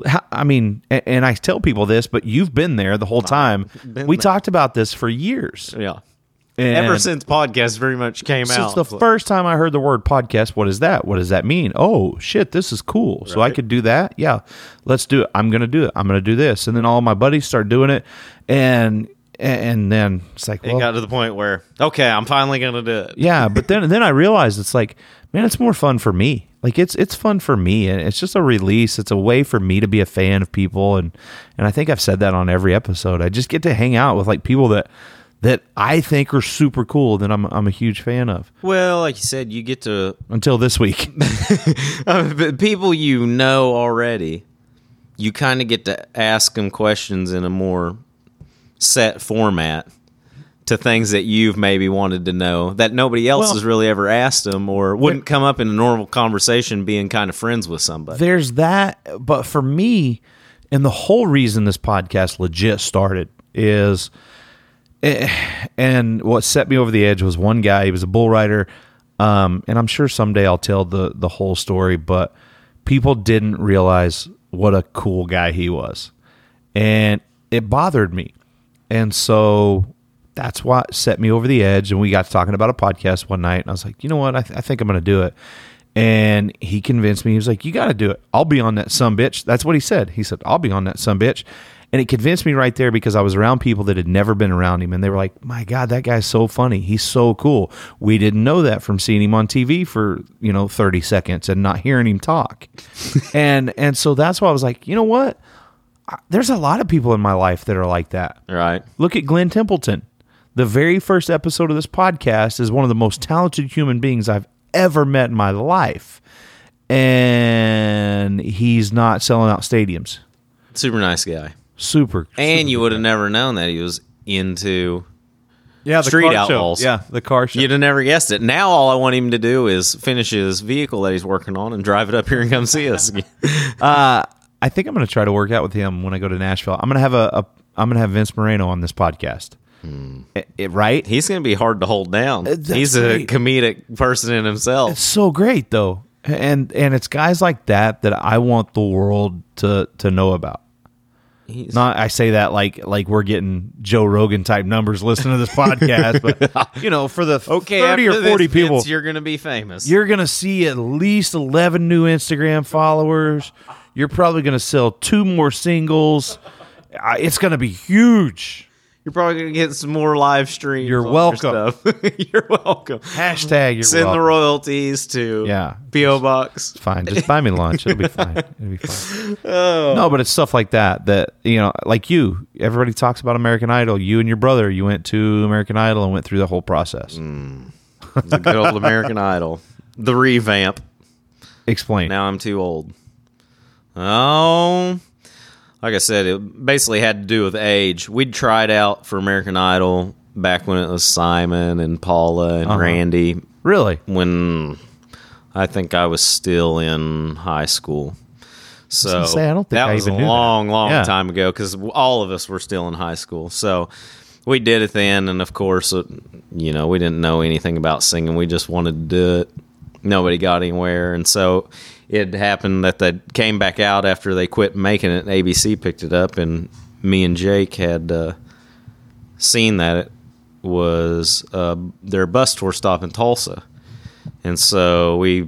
Speaker 1: how- I mean, and, and I tell people this, but you've been there the whole time.
Speaker 2: been
Speaker 1: We
Speaker 2: there.
Speaker 1: talked about this for years.
Speaker 2: yeah. Ever
Speaker 1: And-
Speaker 2: since podcasts very much came out,
Speaker 1: since the first time I heard the word podcast, what is that? What does that mean? Oh shit, this is cool. So I could do that. Yeah, let's do it. I'm gonna do it. I'm gonna do this. And then all my buddies start doing it, and and then it's like,
Speaker 2: it
Speaker 1: well,
Speaker 2: got to the point where okay, I'm finally gonna do it.
Speaker 1: yeah. But then then I realized it's like, man, it's more fun for me. Like it's it's fun for me, and it's just a release. It's a way for me to be a fan of people, and and I think I've said that on every episode. I just get to hang out with like people that that I think are super cool that I'm I'm a huge fan of.
Speaker 2: Well, like you said, you get to
Speaker 1: Until this week.
Speaker 2: Uh, but people you know already, you kind of get to ask them questions in a more set format to things that you've maybe wanted to know that nobody else
Speaker 1: Well-
Speaker 2: has really ever asked them or wouldn't come up in a normal conversation being kind of friends with somebody.
Speaker 1: there's that but for me and the whole reason this podcast legit started is eh, and what set me over the edge was one guy he was a bull rider um, and i'm sure someday i'll tell the the whole story but people didn't realize what a cool guy he was and it bothered me and so that's what set me over the edge. And we got to talking about a podcast one night, and I was like, you know what? I, th- I think I'm going to do it. And he convinced me. He was like, you got to do it. I'll be on that some bitch. That's what he said. He said, I'll be on that some bitch. And it convinced me right there because I was around people that had never been around him. And they were like, my God, that guy's so funny. He's so cool. We didn't know that from seeing him on TV for, you know, 30 seconds and not hearing him talk. and and so that's why I was like, you know what? I- There's a lot of people in my life that are like that.
Speaker 2: Right.
Speaker 1: Look at Glenn Templeton. The very first episode of this podcast is one of the most talented human beings I've ever met in my life. And he's not selling out stadiums.
Speaker 2: Super nice guy.
Speaker 1: Super.
Speaker 2: And you would have never known that he was into.
Speaker 1: yeah,
Speaker 2: the street car show. outlaws.
Speaker 1: Yeah, the car show.
Speaker 2: You'd have never guessed it. Now all I want him to do is finish his vehicle that he's working on and drive it up here and come see us. again.
Speaker 1: I think I'm going to try to work out with him when I go to Nashville. I'm going to have a, a I'm going to have Vince Moreno on this podcast. Eh, eh, right?
Speaker 2: He's going to be hard to hold down.
Speaker 1: Uh, that's
Speaker 2: He's a
Speaker 1: right.
Speaker 2: comedic person in himself.
Speaker 1: so great though and and it's guys like that that i want the world to to know about
Speaker 2: He's-
Speaker 1: not i say that like like we're getting joe rogan type numbers listening to this podcast but you know for the
Speaker 2: okay,
Speaker 1: 30 or
Speaker 2: after this,
Speaker 1: 40 people
Speaker 2: Vince, you're going to be famous.
Speaker 1: you're gonna see at least 11 new instagram followers you're probably gonna sell two more singles Uh, it's gonna be huge
Speaker 2: You're probably going to get some more live streams.
Speaker 1: You're
Speaker 2: on
Speaker 1: welcome.
Speaker 2: Your stuff. you're welcome.
Speaker 1: hashtag you're
Speaker 2: Send the
Speaker 1: welcome.
Speaker 2: royalties to
Speaker 1: Yeah.
Speaker 2: PO Box.
Speaker 1: fine. Just buy me lunch. It'll be fine. It'll be fine.
Speaker 2: Oh.
Speaker 1: No, but it's stuff like that that you know, like you. Everybody talks about American Idol. You and your brother, you went to American Idol and went through the whole process.
Speaker 2: Mm. The good old American Idol. The revamp.
Speaker 1: Explain.
Speaker 2: Now I'm too old. Oh, like I said, it basically had to do with age. We'd tried out for American Idol back when it was Simon and Paula
Speaker 1: Uh-huh.
Speaker 2: and Randy.
Speaker 1: really?
Speaker 2: when I think I was still in high school. So
Speaker 1: gonna say, I don't think
Speaker 2: that
Speaker 1: I
Speaker 2: was
Speaker 1: even
Speaker 2: a
Speaker 1: knew that.
Speaker 2: long, long
Speaker 1: Yeah.
Speaker 2: time ago because all of us were still in high school. So we did it then, and of course, it, you know, we didn't know anything about singing. We just wanted to do it. Nobody got anywhere, and so it happened that they came back out after they quit making it. And ABC picked it up, and me and Jake had uh, seen that it was uh, their bus tour stop in Tulsa And so we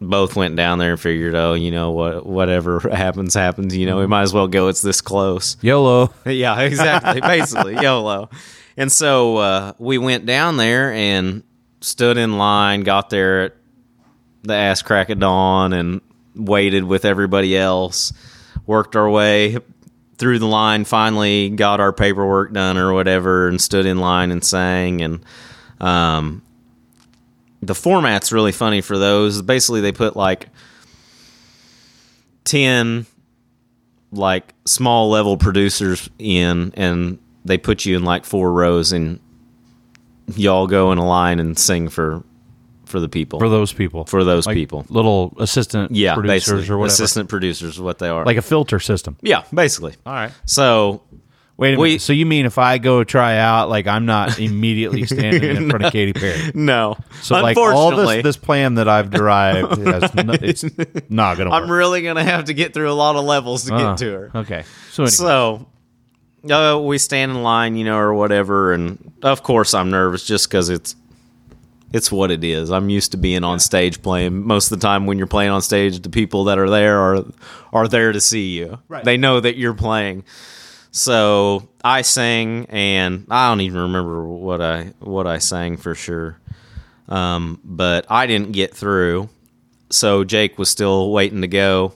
Speaker 2: both went down there and figured, oh, you know what, whatever happens, happens. You know, we might as well go. It's this close.
Speaker 1: YOLO.
Speaker 2: Yeah, exactly. Basically, YOLO. And so uh, we went down there and stood in line, got there at the ass crack of dawn, and waited with everybody else, worked our way through the line, finally got our paperwork done or whatever, and stood in line and sang. And um, the format's really funny for those. Basically, they put like 10 like small level producers in and they put you in like four rows and y'all go in a line and sing for for the people
Speaker 1: For those people.
Speaker 2: For those
Speaker 1: Like
Speaker 2: people.
Speaker 1: Little assistant
Speaker 2: yeah
Speaker 1: producers
Speaker 2: basically
Speaker 1: or whatever.
Speaker 2: assistant producers is what they are
Speaker 1: Like a filter system.
Speaker 2: yeah basically
Speaker 1: All right.
Speaker 2: so
Speaker 1: Wait a
Speaker 2: We-
Speaker 1: minute. So you mean if I go try out, like I'm not immediately standing in front of Katy Perry?
Speaker 2: no
Speaker 1: So like all
Speaker 2: unfortunately
Speaker 1: this this plan that I've derived, has no, it's not gonna work.
Speaker 2: i'm really gonna have to get through a lot of levels to
Speaker 1: Uh,
Speaker 2: get to her
Speaker 1: Okay. So, anyway,
Speaker 2: So, uh, we stand in line, you know, or whatever, and of course I'm nervous just because it's it's what it is. I'm used to being on stage playing. Most of the time, when you're playing on stage, the people that are there are are there to see you.
Speaker 1: Right.
Speaker 2: They know that you're playing. So I sang, and I don't even remember what I what I sang for sure. Um, but I didn't get through, so Jake was still waiting to go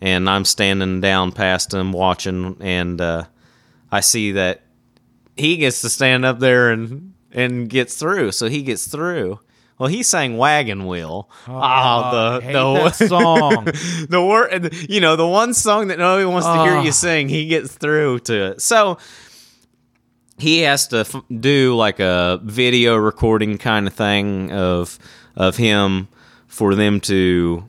Speaker 2: and I'm standing down past him watching, and uh, I see that he gets to stand up there and and gets through. So he gets through. Well, he sang "Wagon Wheel." Oh, the
Speaker 1: hate
Speaker 2: the
Speaker 1: that song.
Speaker 2: the word you know the one song that nobody wants to hear you sing he gets through to it so he has to f- do like a video recording kind of thing of of him for them to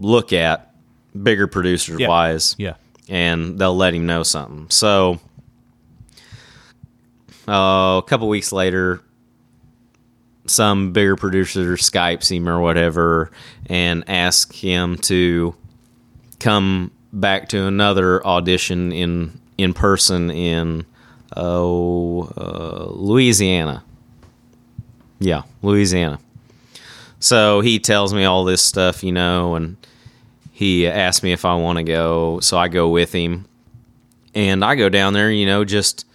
Speaker 2: look at bigger producer
Speaker 1: Yeah.
Speaker 2: wise
Speaker 1: yeah.
Speaker 2: and they'll let him know something. So, uh, a couple weeks later, some bigger producer Skypes him or whatever and asks him to come back to another audition in in person in oh uh, Louisiana. Yeah, Louisiana. So he tells me all this stuff, you know, and he asked me if I want to go, so I go with him. And I go down there, you know, just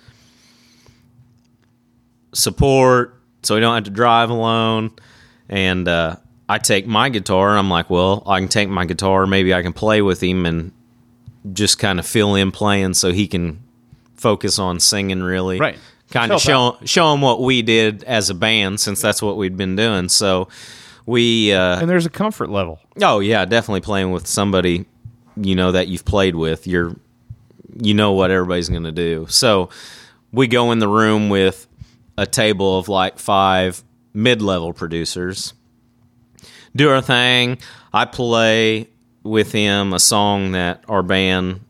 Speaker 2: support so we don't have to drive alone. And uh, I take my guitar, and I'm like, well, I can take my guitar. Maybe I can play with him and just kind of feel him playing so he can focus on singing, really.
Speaker 1: Right.
Speaker 2: Kind of
Speaker 1: Help out.
Speaker 2: show show him what we did as a band since that's what we'd been doing. So we uh,
Speaker 1: And there's a comfort level.
Speaker 2: Oh yeah, definitely playing with somebody you know that you've played with. You're you know what everybody's going to do. So we go in the room with a table of like five mid-level producers. Do our thing. I play with him a song that our band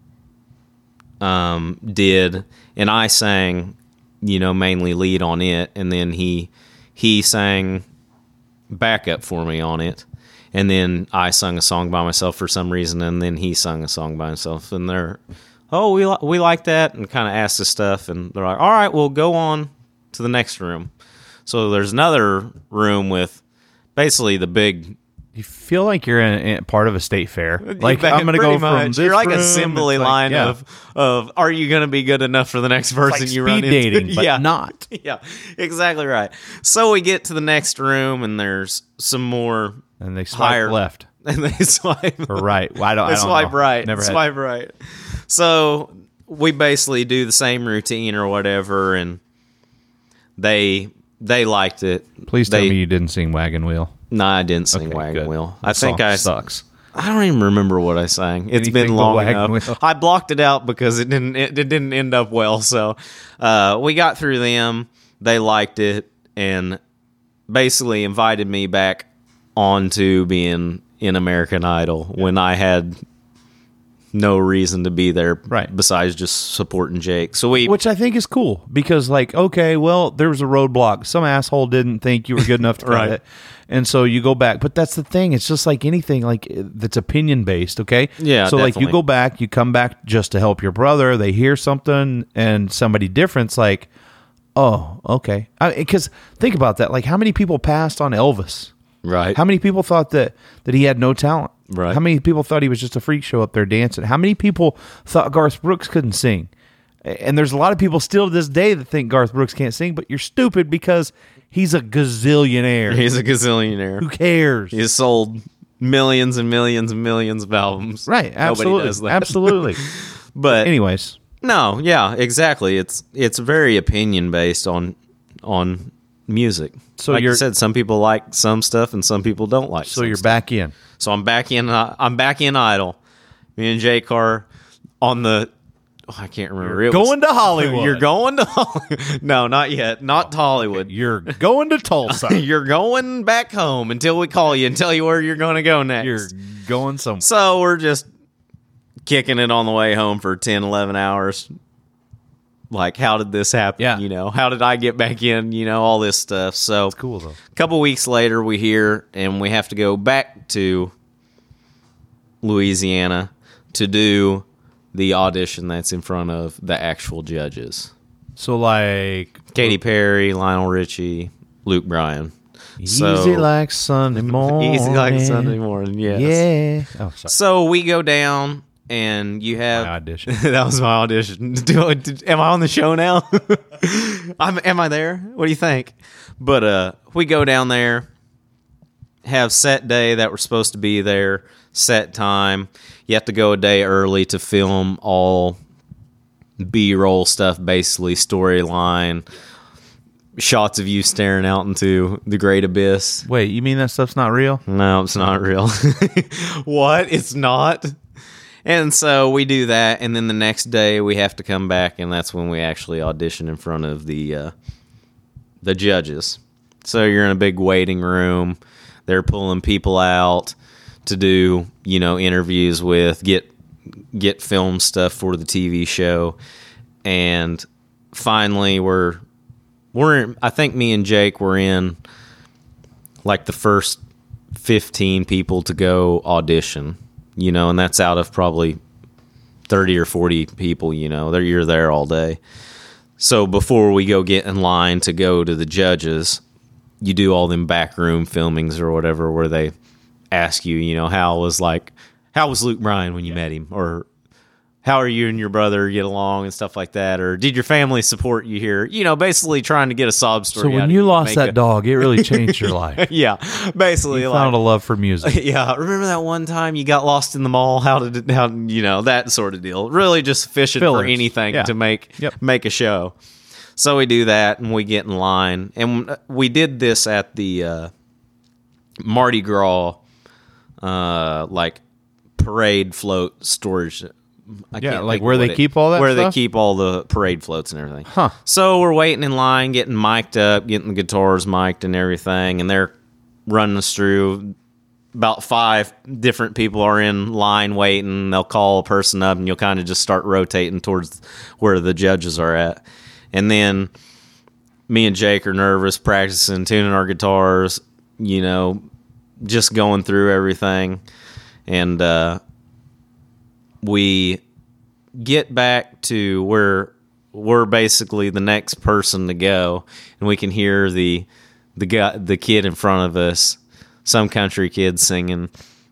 Speaker 2: um, did, and I sang, you know, mainly lead on it, and then he he sang backup for me on it. And then I sung a song by myself for some reason, and then he sung a song by himself. And they're, oh, we, li- we like that, and kind of asked us stuff. And they're like, all right, we'll go on to the next room. So there's another room with basically the big.
Speaker 1: You feel like you're in, in part of a state fair. Like I'm gonna go
Speaker 2: Pretty
Speaker 1: from
Speaker 2: much.
Speaker 1: this
Speaker 2: You're like
Speaker 1: room,
Speaker 2: a
Speaker 1: it's
Speaker 2: assembly
Speaker 1: like-
Speaker 2: line
Speaker 1: yeah.
Speaker 2: of, of are you going to be good enough for the next
Speaker 1: It's
Speaker 2: person
Speaker 1: like
Speaker 2: you
Speaker 1: speed
Speaker 2: run into?
Speaker 1: dating, but not.
Speaker 2: yeah, exactly right. So we get to the next room, and there's some more.
Speaker 1: And they swipe
Speaker 2: Higher.
Speaker 1: left
Speaker 2: And they swipe
Speaker 1: or right. Well, I don't. I
Speaker 2: They
Speaker 1: don't
Speaker 2: swipe
Speaker 1: know.
Speaker 2: right.
Speaker 1: Never had-
Speaker 2: swipe right. So we basically do the same routine or whatever, and they they liked it.
Speaker 1: Please tell
Speaker 2: They-
Speaker 1: me you didn't sing Wagon Wheel.
Speaker 2: No, I didn't sing
Speaker 1: Okay,
Speaker 2: Wagon
Speaker 1: good.
Speaker 2: Wheel.
Speaker 1: That
Speaker 2: I think
Speaker 1: song
Speaker 2: I
Speaker 1: sucks.
Speaker 2: I don't even remember what I sang. It's
Speaker 1: Anything
Speaker 2: been
Speaker 1: but
Speaker 2: long
Speaker 1: Wagon
Speaker 2: enough.
Speaker 1: Wheel.
Speaker 2: I blocked it out because it didn't it, it didn't end up well. So uh, we got through them. They liked it and basically invited me back onto being in American Idol when I had no reason to be there
Speaker 1: Right.
Speaker 2: besides just supporting Jake. So we
Speaker 1: Which I think is cool because, like, okay, well, there was a roadblock. Some asshole didn't think you were good enough to cut
Speaker 2: Right.
Speaker 1: it, and so you go back. But that's the thing; it's just like anything, like eh, that's opinion based. Okay,
Speaker 2: Yeah,
Speaker 1: So like, you
Speaker 2: definitely.
Speaker 1: go back, you come back just to help your brother. They hear something and somebody different's like, oh, okay. Because think about that. Like, how many people passed on Elvis?
Speaker 2: Right.
Speaker 1: How many people thought that that he had no talent?
Speaker 2: Right.
Speaker 1: How many people thought he was just a freak show up there dancing? How many people thought Garth Brooks couldn't sing? A- And there's a lot of people still to this day that think Garth Brooks can't sing, but you're stupid because he's a gazillionaire.
Speaker 2: He's a gazillionaire.
Speaker 1: Who cares?
Speaker 2: He's sold millions and millions and millions of albums.
Speaker 1: right. Absolutely.
Speaker 2: Nobody does that.
Speaker 1: Absolutely.
Speaker 2: But
Speaker 1: Anyways,
Speaker 2: no, yeah, exactly. It's it's very opinion based on on music.
Speaker 1: So
Speaker 2: like you
Speaker 1: you're-
Speaker 2: said, some people like some stuff and some people don't like.
Speaker 1: so
Speaker 2: some
Speaker 1: you're
Speaker 2: stuff.
Speaker 1: back in.
Speaker 2: So I'm back in. uh, I'm back in Idol. Me and Jake are on the. oh, I can't remember. It was-
Speaker 1: Going to Hollywood.
Speaker 2: You're going to Hollywood. No, not yet. Not to Hollywood.
Speaker 1: You're going to Tulsa.
Speaker 2: You're going back home until we call you and tell you where you're going to go next.
Speaker 1: you're going somewhere.
Speaker 2: so we're just kicking it on the way home for 10, 11 hours. Like, how did this happen?
Speaker 1: Yeah.
Speaker 2: You know, how did I get back in? You know, all this stuff. So
Speaker 1: Cool though.
Speaker 2: a couple weeks later, we hear and we have to go back to Louisiana to do the audition that's in front of the actual judges.
Speaker 1: So like
Speaker 2: Katy Perry, Lionel Richie, Luke Bryan. So-
Speaker 1: easy like Sunday morning.
Speaker 2: Easy like Sunday morning, yes.
Speaker 1: Yeah. Oh, sorry.
Speaker 2: So we go down, and you have
Speaker 1: My audition.
Speaker 2: that was my audition. Do, do- am I on the show now? I'm, am I there? What do you think? But uh, we go down there, have set day that we're supposed to be there, set time. You have to go a day early to film all B roll stuff, basically storyline, shots of you staring out into the great abyss.
Speaker 1: Wait, you mean that stuff's not real?
Speaker 2: No, it's not real. what? It's not? And so we do that, and then the next day we have to come back, and that's when we actually audition in front of the uh, the judges. So you're in a big waiting room. They're pulling people out to do you know interviews with, get get film stuff for the TV show, and finally we're we're in, I think me and Jake were in like the first 15 people to go audition, you know, and that's out of probably 30 or 40 people, you know, they're, you're there all day. So before we go get in line to go to the judges, you do all them backroom filmings or whatever where they ask you, you know, how was like, how was Luke Bryan when you met him? Or how are you and your brother get along and stuff like that? Or did your family support you here? You know, basically trying to get a sob story.
Speaker 1: So
Speaker 2: out
Speaker 1: when
Speaker 2: of
Speaker 1: you lost
Speaker 2: make
Speaker 1: that
Speaker 2: a-
Speaker 1: dog, it really changed your life.
Speaker 2: yeah, basically, like,
Speaker 1: Found a love for music.
Speaker 2: yeah, remember that one time you got lost in the mall? How did it, how you know that sort of deal? Really, just fishing for
Speaker 1: Fillers.
Speaker 2: anything
Speaker 1: Yeah.
Speaker 2: to make
Speaker 1: Yep.
Speaker 2: make a show. So we do that, and we get in line, and uh, we did this at the uh, Mardi Gras, uh, like parade float storage. I
Speaker 1: Yeah,
Speaker 2: can't
Speaker 1: like
Speaker 2: think of
Speaker 1: where they
Speaker 2: what it-
Speaker 1: keep all that
Speaker 2: Where
Speaker 1: stuff?
Speaker 2: they keep all the parade floats and everything.
Speaker 1: Huh.
Speaker 2: So we're waiting in line, getting mic'd up, getting the guitars mic'd and everything, and they're running us through. About five different people are in line waiting. They'll call a person up, and you'll kind of just start rotating towards where the judges are at. And then me and Jake are nervous, practicing, tuning our guitars, you know, just going through everything. And uh, we get back to where we're basically the next person to go, and we can hear the the guy, the kid in front of us, some country kid singing,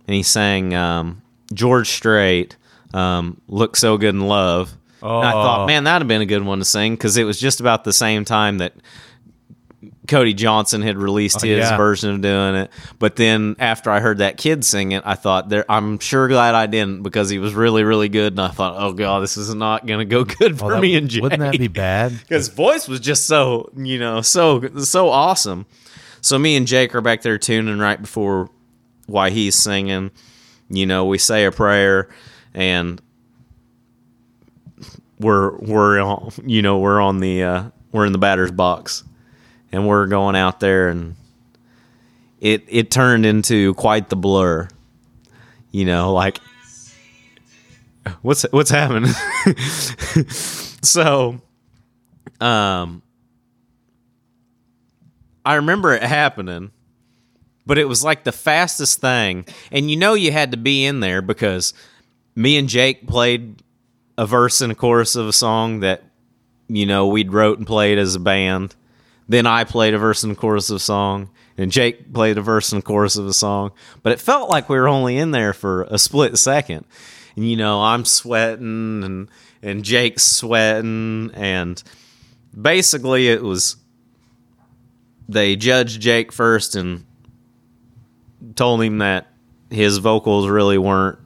Speaker 2: and he sang um, George Strait, um, "Look So Good in Love." And I thought,
Speaker 1: Oh.
Speaker 2: man, that'd have been a good one to sing because it was just about the same time that Cody Johnson had released his
Speaker 1: Oh, yeah.
Speaker 2: version of doing it. But then after I heard that kid sing it, I thought, there, I'm sure glad I didn't because he was really, really good. And I thought, oh, God, this is not going to go good for
Speaker 1: Well, that-
Speaker 2: me and Jay.
Speaker 1: wouldn't that be bad?
Speaker 2: His voice was just so, you know, so, so awesome. So me and Jake are back there tuning right before why he's singing. You know, we say a prayer and we're we're on, you know we're on the uh, we're in the batter's box and we're going out there and it it turned into quite the blur you know like what's what's happening so um i remember it happening but it was like the fastest thing and you know you had to be in there because me and jake played a verse and a chorus of a song that you know we'd wrote and played as a band then i played a verse and a chorus of a song and Jake played a verse and chorus of a song, but it felt like we were only in there for a split second. And you know, I'm sweating and and Jake's sweating and basically it was they judged Jake first and told him that his vocals really weren't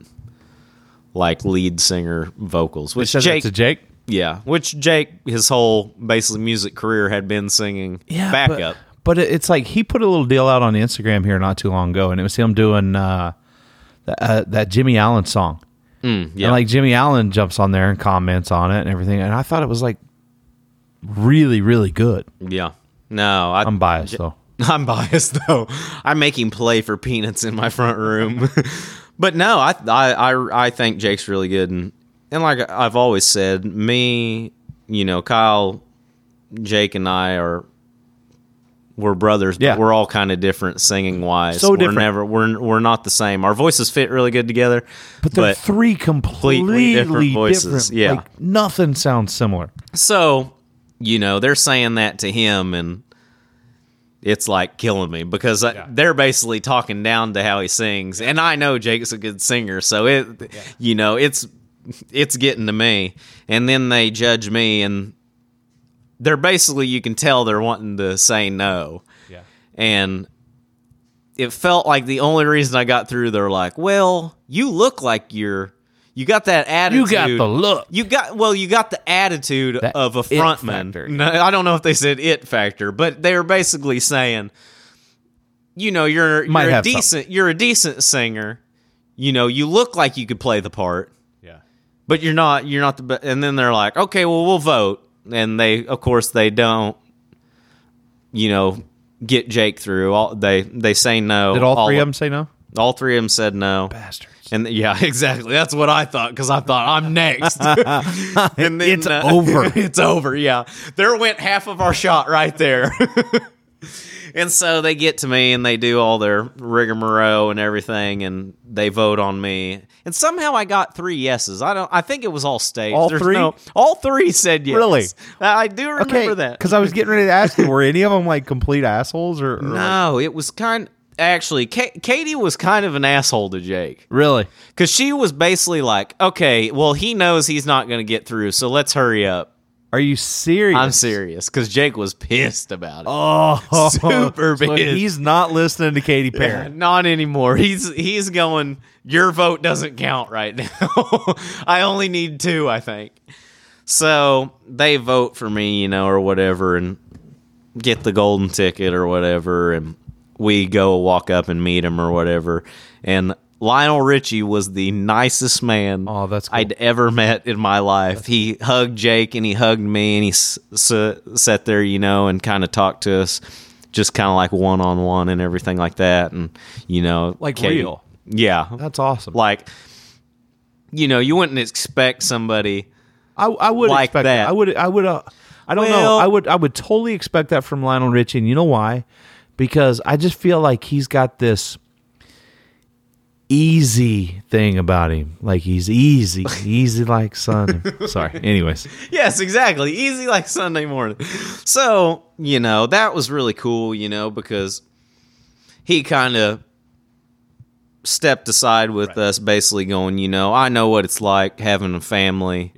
Speaker 2: like lead singer vocals,
Speaker 1: They
Speaker 2: which
Speaker 1: said
Speaker 2: Jake
Speaker 1: that to Jake.
Speaker 2: yeah, which Jake, his whole basically music career had been singing
Speaker 1: but,
Speaker 2: backup.
Speaker 1: But it- it's like he put a little deal out on Instagram here not too long ago, and it was him doing uh, th- uh, that Jimmy Allen song.
Speaker 2: Mm, yeah.
Speaker 1: And like Jimmy Allen jumps on there and comments on it and everything, and I thought it was like really, really good.
Speaker 2: yeah. No, I,
Speaker 1: I'm biased though.
Speaker 2: I'm biased though. I make him play for peanuts in my front room. but no, I, I I I think Jake's really good and and like I've always said, me, you know, Kyle, Jake and I are we're brothers, but
Speaker 1: Yeah.
Speaker 2: we're all kind of different singing wise.
Speaker 1: So different.
Speaker 2: We're never we're we're not the same. Our voices fit really good together.
Speaker 1: But they're three completely,
Speaker 2: different
Speaker 1: different
Speaker 2: voices, yeah.
Speaker 1: Like nothing sounds similar.
Speaker 2: So, you know, they're saying that to him, and it's like killing me because I, they're basically talking down to how he sings. And I know Jake's a good singer, so it, you know, it's it's getting to me. And then they judge me, and they're basically you can tell they're wanting to say no. Yeah. And it felt like the only reason I got through, they're like, "Well, you look like you're." You got that attitude.
Speaker 1: You got the look.
Speaker 2: You got well. You got the attitude
Speaker 1: That
Speaker 2: of a
Speaker 1: it factor.
Speaker 2: frontman. No, I don't know if they said it factor, but they were basically saying, you know, you're
Speaker 1: Might
Speaker 2: you're a
Speaker 1: have some.
Speaker 2: decent you're a decent singer. You know, you look like you could play the part,
Speaker 1: Yeah.
Speaker 2: but you're not. You're not the. Be- and then they're like, okay, well, we'll vote, and they, of course, they don't. You know, get Jake through. All they they say no.
Speaker 1: Did all three of them say no?
Speaker 2: All three of them said no.
Speaker 1: Bastards.
Speaker 2: And yeah, exactly. That's what I thought because I thought I'm next. and then, uh,
Speaker 1: It's over.
Speaker 2: it's over. Yeah, there went half of our shot right there. and so they get to me and they do all their rigmarole and everything, and they vote on me. And somehow I got three yeses. I don't. I think it was all staged.
Speaker 4: All
Speaker 2: There's
Speaker 4: three?
Speaker 2: no- all three said yes.
Speaker 4: Really?
Speaker 2: I do remember
Speaker 4: Okay,
Speaker 2: that.
Speaker 4: because I was getting ready to ask you, were any of them like complete assholes or, or like-
Speaker 2: No, it was kind. Actually, Ka- Katie was kind of an asshole to Jake.
Speaker 1: Really?
Speaker 2: Because she was basically like, okay, well, he knows he's not going to get through, so let's hurry up.
Speaker 4: Are you serious?
Speaker 2: I'm serious. Because Jake was pissed about it.
Speaker 4: Oh,
Speaker 2: Super
Speaker 4: so
Speaker 2: pissed.
Speaker 4: He's not listening to Katy Perry.
Speaker 2: Not anymore. He's he's going. Your vote doesn't count right now. I only need two, I think. So they vote for me, you know, or whatever, and get the golden ticket or whatever, and we go walk up and meet him or whatever. And Lionel Richie was the nicest man
Speaker 1: Oh, that's cool.
Speaker 2: I'd ever met in my life. he hugged Jake and he hugged me and he s- s- sat there, you know, and kind of talked to us, just kind of like one on one and everything like that. And, you know,
Speaker 1: Like real.
Speaker 2: Yeah.
Speaker 1: That's awesome.
Speaker 2: Like, you know, you wouldn't expect somebody.
Speaker 1: I, I would
Speaker 2: like
Speaker 1: expect
Speaker 2: that.
Speaker 1: I would I would uh, I don't know.
Speaker 2: Well-
Speaker 1: I would I would totally expect that from Lionel Richie, and you know why? Because I just feel like he's got this easy thing about him. Like he's easy, easy like sun. Sorry. Anyways.
Speaker 2: Yes, exactly. Easy like Sunday morning. So, you know, that was really cool, you know, because he kind of stepped aside with us, basically going, you know, I know what it's like having a family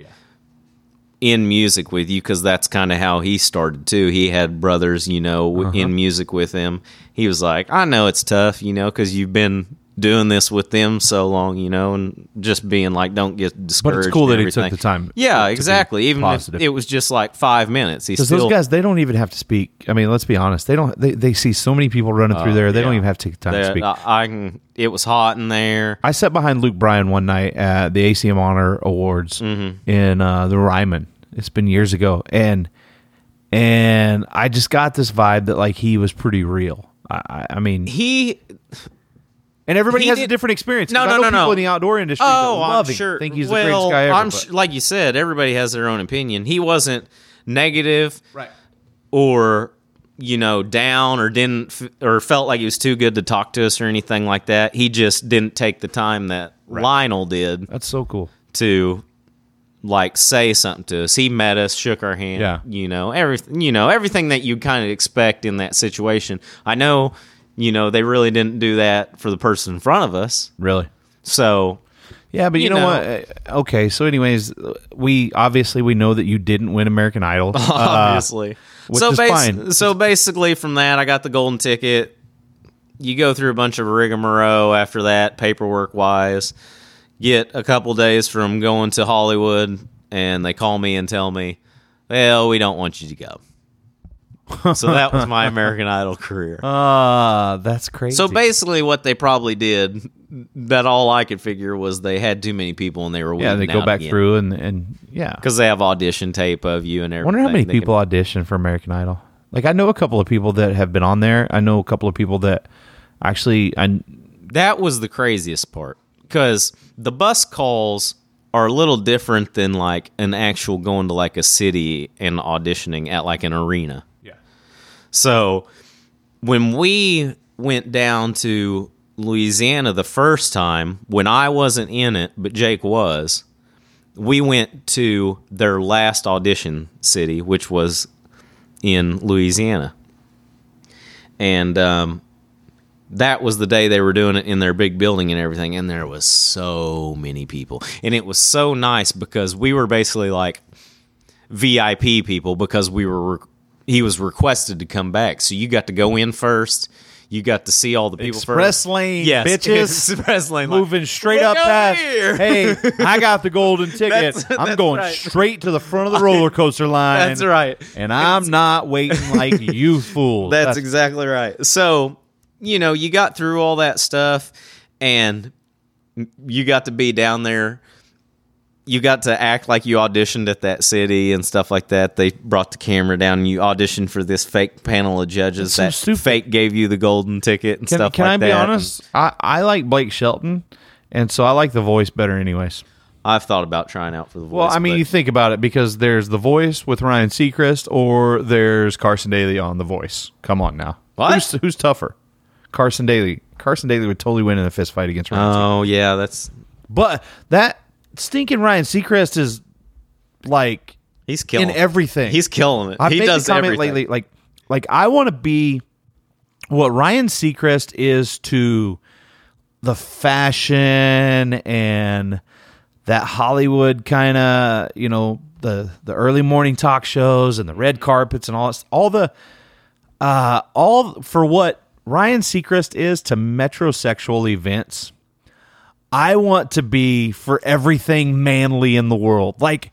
Speaker 2: in music with you because that's kind of how he started too. He had brothers, you know, w
Speaker 1: Uh-huh.
Speaker 2: in music with him. He was like, I know it's tough, you know, because you've been doing this with them so long, you know, and just being like, don't get discouraged.
Speaker 1: cool
Speaker 2: and
Speaker 1: that he took
Speaker 2: everything.
Speaker 1: the time
Speaker 2: Yeah,
Speaker 1: to be
Speaker 2: exactly. Even
Speaker 1: positive.
Speaker 2: if it was just like five minutes, he
Speaker 1: Because
Speaker 2: still.
Speaker 1: those guys, they don't even have to speak. I mean, let's be honest. They don't. They, they see so many people running through there. They don't
Speaker 2: Oh, yeah. uh,
Speaker 1: even have to take time to
Speaker 2: that-
Speaker 1: speak.
Speaker 2: I, I can. It was hot in there.
Speaker 1: I sat behind Luke Bryan one night at the ACM Honor Awards
Speaker 2: Mm-hmm.
Speaker 1: in uh, the Ryman. It's been years ago, and and I just got this vibe that like he was pretty real. I- I, I mean,
Speaker 2: He
Speaker 1: and everybody
Speaker 2: he
Speaker 1: has a
Speaker 2: did-
Speaker 1: different experience.
Speaker 2: No,
Speaker 1: 'cause I
Speaker 2: no,
Speaker 1: know
Speaker 2: no,
Speaker 1: people
Speaker 2: no.
Speaker 1: in the outdoor industry.
Speaker 2: Oh,
Speaker 1: that love
Speaker 2: I'm
Speaker 1: him,
Speaker 2: sure.
Speaker 1: Think he's
Speaker 2: well,
Speaker 1: the greatest guy ever.
Speaker 2: I'm
Speaker 1: but-
Speaker 2: su- like you said, everybody has their own opinion. He wasn't negative, right? Or you know, down or didn't f- or felt like he was too good to talk to us or anything like that. He just didn't take the time that Lionel did
Speaker 1: That's so cool.
Speaker 2: to like say something to us. He met us, shook our hand,
Speaker 1: Yeah.
Speaker 2: you know, everything you know, everything that you kind of expect in that situation. I know You know, they really didn't do that for the person in front of us.
Speaker 1: Really?
Speaker 2: So
Speaker 1: Yeah, but you,
Speaker 2: You
Speaker 1: know,
Speaker 2: know.
Speaker 1: what? Uh, Okay, so anyways, we obviously we know that you didn't win American Idol. Uh,
Speaker 2: obviously.
Speaker 1: which
Speaker 2: so
Speaker 1: is fine.
Speaker 2: so basically, from that, I got the golden ticket. You go through a bunch of rigmarole after that, paperwork wise. Get a couple days from going to Hollywood, and they call me and tell me, "Well, we don't want you to go." so that was my American Idol career.
Speaker 1: uh, that's crazy.
Speaker 2: So basically, what they probably did, that all I could figure was they had too many people and they were
Speaker 1: yeah, they go back through and and yeah.
Speaker 2: because they have audition tape of you and
Speaker 1: I
Speaker 2: everything.
Speaker 1: wonder how many
Speaker 2: They can-
Speaker 1: people audition for American Idol. Like I know a couple of people that have been on there. I know a couple of people that actually I
Speaker 2: that was the craziest part because the bus calls are a little different than like an actual going to like a city and auditioning at like an arena. Yeah. So when we went down to Louisiana the first time, when I wasn't in it, but Jake was, we went to their last audition city, which was in Louisiana. And um, that was the day they were doing it in their big building and everything and there was so many people and it was so nice because we were basically like vip people because we were re- he was requested to come back so you got to go in first you got to see all the people
Speaker 1: Express
Speaker 2: first
Speaker 1: lane,
Speaker 2: yes
Speaker 1: bitches.
Speaker 2: express lane like,
Speaker 1: moving straight
Speaker 2: "Look
Speaker 1: up
Speaker 2: over
Speaker 1: past.
Speaker 2: here."
Speaker 1: Hey, I got the golden ticket.
Speaker 2: That's-
Speaker 1: I'm
Speaker 2: that's
Speaker 1: going
Speaker 2: right.
Speaker 1: straight to the front of the roller coaster line.
Speaker 2: That's right.
Speaker 1: And I'm not waiting like you fools.
Speaker 2: That's, exactly right. So, you know, you got through all that stuff and you got to be down there. You got to act like you auditioned at that city and stuff like that. They brought the camera down and you auditioned for this fake panel of judges
Speaker 1: so
Speaker 2: that
Speaker 1: stupid.
Speaker 2: fake gave you the golden ticket and
Speaker 1: can,
Speaker 2: stuff
Speaker 1: can
Speaker 2: like
Speaker 1: I
Speaker 2: that.
Speaker 1: be honest? I, I like Blake Shelton, and so I like the voice better, anyways.
Speaker 2: I've thought about trying out for the voice.
Speaker 1: Well, I mean,
Speaker 2: but-
Speaker 1: you think about it because there's the voice with Ryan Seacrest, or there's Carson Daly on the voice. Come on now,
Speaker 2: What?
Speaker 1: Who's, who's tougher? Carson Daly. Carson Daly would totally win in a fist fight against Ryan.
Speaker 2: oh, yeah, that's
Speaker 1: But that stinking Ryan Seacrest is like
Speaker 2: he's killing
Speaker 1: in
Speaker 2: it.
Speaker 1: everything.
Speaker 2: He's killing it.
Speaker 1: I've
Speaker 2: he
Speaker 1: made
Speaker 2: does
Speaker 1: the comment
Speaker 2: everything.
Speaker 1: lately, like like I want to be what Ryan Seacrest is to the fashion and that Hollywood kind of you know the the early morning talk shows and the red carpets and all that- all the uh, all for what Ryan Seacrest is to metrosexual events. I want to be for everything manly in the world. Like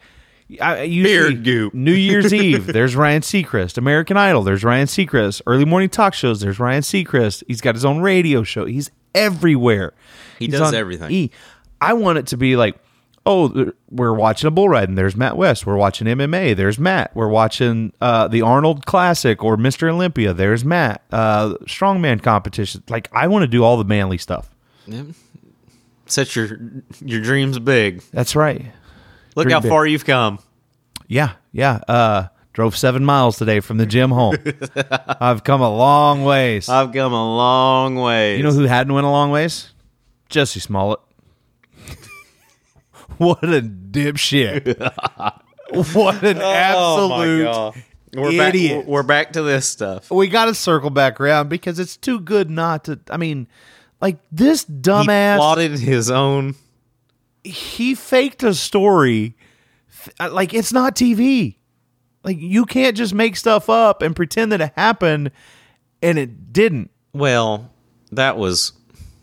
Speaker 1: I, you
Speaker 2: Beard
Speaker 1: see
Speaker 2: goop.
Speaker 1: New Year's Eve, there's Ryan Seacrest. American Idol, there's Ryan Seacrest. Early morning talk shows, there's Ryan Seacrest. He's got his own radio show. He's everywhere. He
Speaker 2: does everything.
Speaker 1: E. I want it to be like, oh, th- we're watching a bull ride, and there's Matt West. We're watching MMA. There's Matt. We're watching uh, the Arnold Classic or Mr. Olympia. There's Matt. Uh, strongman competition. Like, I want to do all the manly stuff.
Speaker 2: Set your your dreams big.
Speaker 1: That's right.
Speaker 2: Look
Speaker 1: Dream
Speaker 2: how
Speaker 1: big.
Speaker 2: far you've come.
Speaker 1: Yeah, yeah. Uh, drove seven miles today from the gym home. I've come a long ways.
Speaker 2: I've come a long way.
Speaker 1: you know who hadn't went a long ways? Jesse Smollett. what a dipshit! Oh what an absolute.
Speaker 2: Oh We're
Speaker 1: idiot.
Speaker 2: Back, we're back to this stuff.
Speaker 1: We got to circle back around because it's too good not to. I mean, like this
Speaker 2: He
Speaker 1: dumbass.
Speaker 2: plotted his own.
Speaker 1: he faked a story th- uh, like it's not tv like you can't just make stuff up and pretend that it happened and it didn't
Speaker 2: Well, that was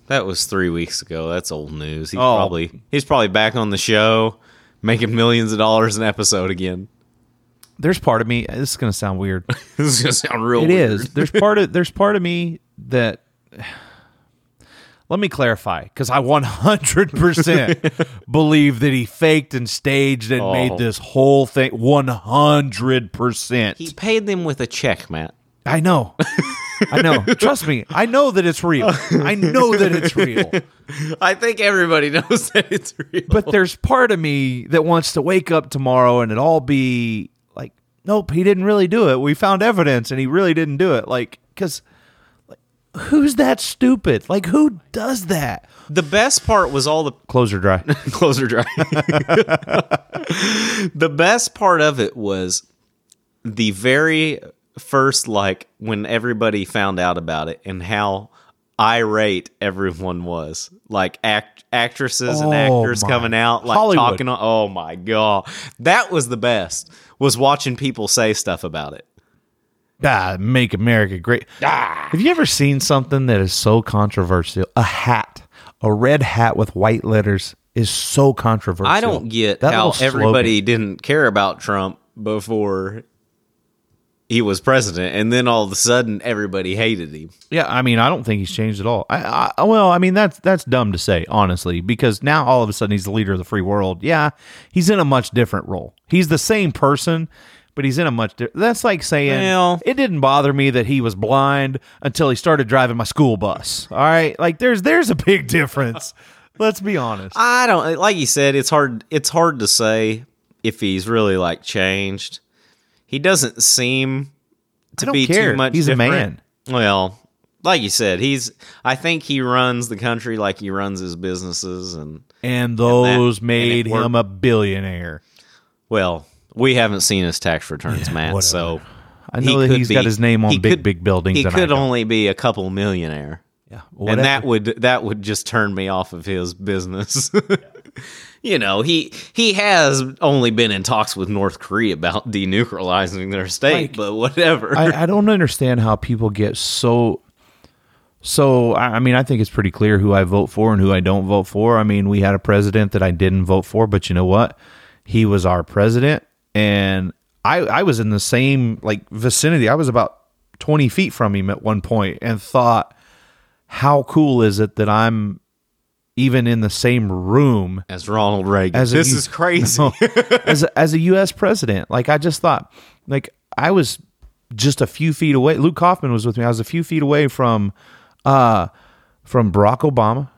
Speaker 2: that was three weeks ago. That's old news. He's
Speaker 1: Oh.
Speaker 2: probably he's probably back on the show, making millions of dollars an episode again.
Speaker 1: there's part of me this is going to sound weird
Speaker 2: this is gonna sound real.
Speaker 1: It
Speaker 2: weird.
Speaker 1: is. there's part of there's part of me that let me clarify because i 100% believe that he faked and staged and
Speaker 2: Oh.
Speaker 1: made this whole thing 100%
Speaker 2: He paid them with a check, Matt.
Speaker 1: I know. I know. Trust me. I know that it's real. I know that it's real.
Speaker 2: I think everybody knows that it's real.
Speaker 1: But there's part of me that wants to wake up tomorrow and it all be like, nope, he didn't really do it. We found evidence and he really didn't do it. Like, because like, who's that stupid? Like, who does that?
Speaker 2: the best part was all the
Speaker 1: Clothes are dry.
Speaker 2: closer dry. the best part of it was the very first like when everybody found out about it and how irate everyone was. Like act actresses and
Speaker 1: Oh,
Speaker 2: actors
Speaker 1: my.
Speaker 2: coming out like
Speaker 1: Hollywood.
Speaker 2: talking on oh my god. That was the best. Was watching people say stuff about it.
Speaker 1: Ah, make America great.
Speaker 2: Ah.
Speaker 1: Have you ever seen something that is so controversial? A hat, a red hat with white letters is so controversial.
Speaker 2: I don't get
Speaker 1: That
Speaker 2: how
Speaker 1: little slogan.
Speaker 2: everybody didn't care about Trump before he was president and then all of a sudden everybody hated him.
Speaker 1: Yeah, I mean, I don't think he's changed at all. I, I well, I mean, that's that's dumb to say, honestly, because now all of a sudden he's the leader of the free world. Yeah, he's in a much different role. He's the same person, but he's in a much. Di- that's like saying
Speaker 2: Well-
Speaker 1: it didn't bother me that he was blind until he started driving my school bus. All right, like there's there's a big difference. Let's be honest.
Speaker 2: I don't like you said. It's hard. It's hard to say if he's really like changed. He doesn't seem to
Speaker 1: don't
Speaker 2: be
Speaker 1: care.
Speaker 2: too much.
Speaker 1: He's a
Speaker 2: different.
Speaker 1: man.
Speaker 2: Well, like you said, he's. I think he runs the country like he runs his businesses, and
Speaker 1: And those
Speaker 2: and it
Speaker 1: made
Speaker 2: worked.
Speaker 1: him a billionaire.
Speaker 2: well, we haven't seen his tax returns, Matt.
Speaker 1: whatever.
Speaker 2: So
Speaker 1: I know that
Speaker 2: could
Speaker 1: he's got
Speaker 2: be-
Speaker 1: his name on
Speaker 2: he
Speaker 1: big
Speaker 2: could-
Speaker 1: big buildings.
Speaker 2: He
Speaker 1: and I
Speaker 2: could
Speaker 1: don't.
Speaker 2: only be a couple millionaire.
Speaker 1: Yeah,
Speaker 2: and
Speaker 1: whatever.
Speaker 2: that would that would just turn me off of his business. you know, he he has only been in talks with North Korea about denuclearizing their state,
Speaker 1: Like,
Speaker 2: but whatever.
Speaker 1: I, I don't understand how people get so. So I I mean, I think it's pretty clear who I vote for and who I don't vote for. I mean, we had a president that I didn't vote for, but you know what? He was our president, and I I was in the same like vicinity. I was about twenty feet from him at one point, and thought, how cool is it that I'm even in the same room
Speaker 2: as Ronald Reagan,
Speaker 1: As a
Speaker 2: this
Speaker 1: youth-
Speaker 2: is crazy.
Speaker 1: as a, as a U.S. president. Like I just thought, like I was just a few feet away. Luke Kaufman was with me. I was a few feet away from, uh, from Barack Obama,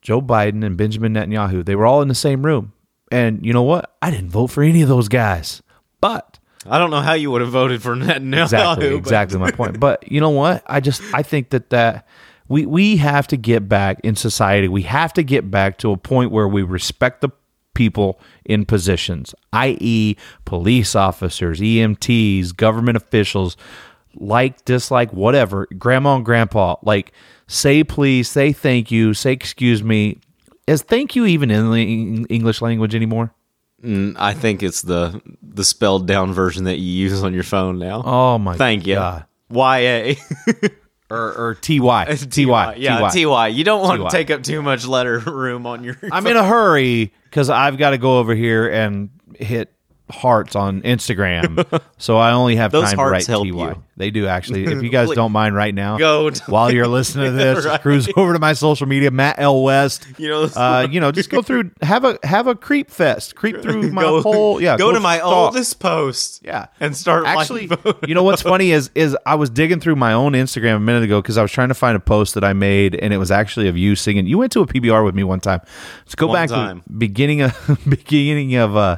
Speaker 1: Joe Biden, and Benjamin Netanyahu. They were all in the same room. And you know what? I didn't vote for any of those guys, but
Speaker 2: I don't know how you would have voted for Netanyahu.
Speaker 1: exactly
Speaker 2: but-
Speaker 1: exactly my point but you know what i just i think that that we we have to get back in society we have to get back to a point where we respect the people in positions i.e police officers emts government officials like dislike whatever grandma and grandpa like say please say thank you say excuse me is thank you even in the Eng- english language anymore
Speaker 2: I think it's the the spelled down version that you use on your phone now.
Speaker 1: oh my
Speaker 2: Thank you.
Speaker 1: God.
Speaker 2: YA.
Speaker 1: or, or ty ty
Speaker 2: Yeah, TY. You don't want
Speaker 1: TY.
Speaker 2: to take up too much letter room on your
Speaker 1: I'm in a hurry because I've got to go over here and hit hearts on Instagram. so I only have
Speaker 2: Those
Speaker 1: time to
Speaker 2: hearts
Speaker 1: write
Speaker 2: help
Speaker 1: TY.
Speaker 2: you.
Speaker 1: They do actually. If you guys don't mind right now,
Speaker 2: Go.
Speaker 1: while you're listening to this,
Speaker 2: right.
Speaker 1: cruise over to my social media, Matt L West.
Speaker 2: You know,
Speaker 1: uh, you know, just go through have a have a creep fest, creep through my whole yeah.
Speaker 2: go, to my
Speaker 1: stalk.
Speaker 2: oldest post.
Speaker 1: Yeah.
Speaker 2: and start
Speaker 1: Actually,
Speaker 2: actually.
Speaker 1: you know what's funny is is I was digging through my own Instagram a minute ago because I was trying to find a post that I made and it was actually of you singing. You went to a PBR with me one time. Let's go
Speaker 2: One
Speaker 1: back
Speaker 2: time.
Speaker 1: to beginning of beginning of uh,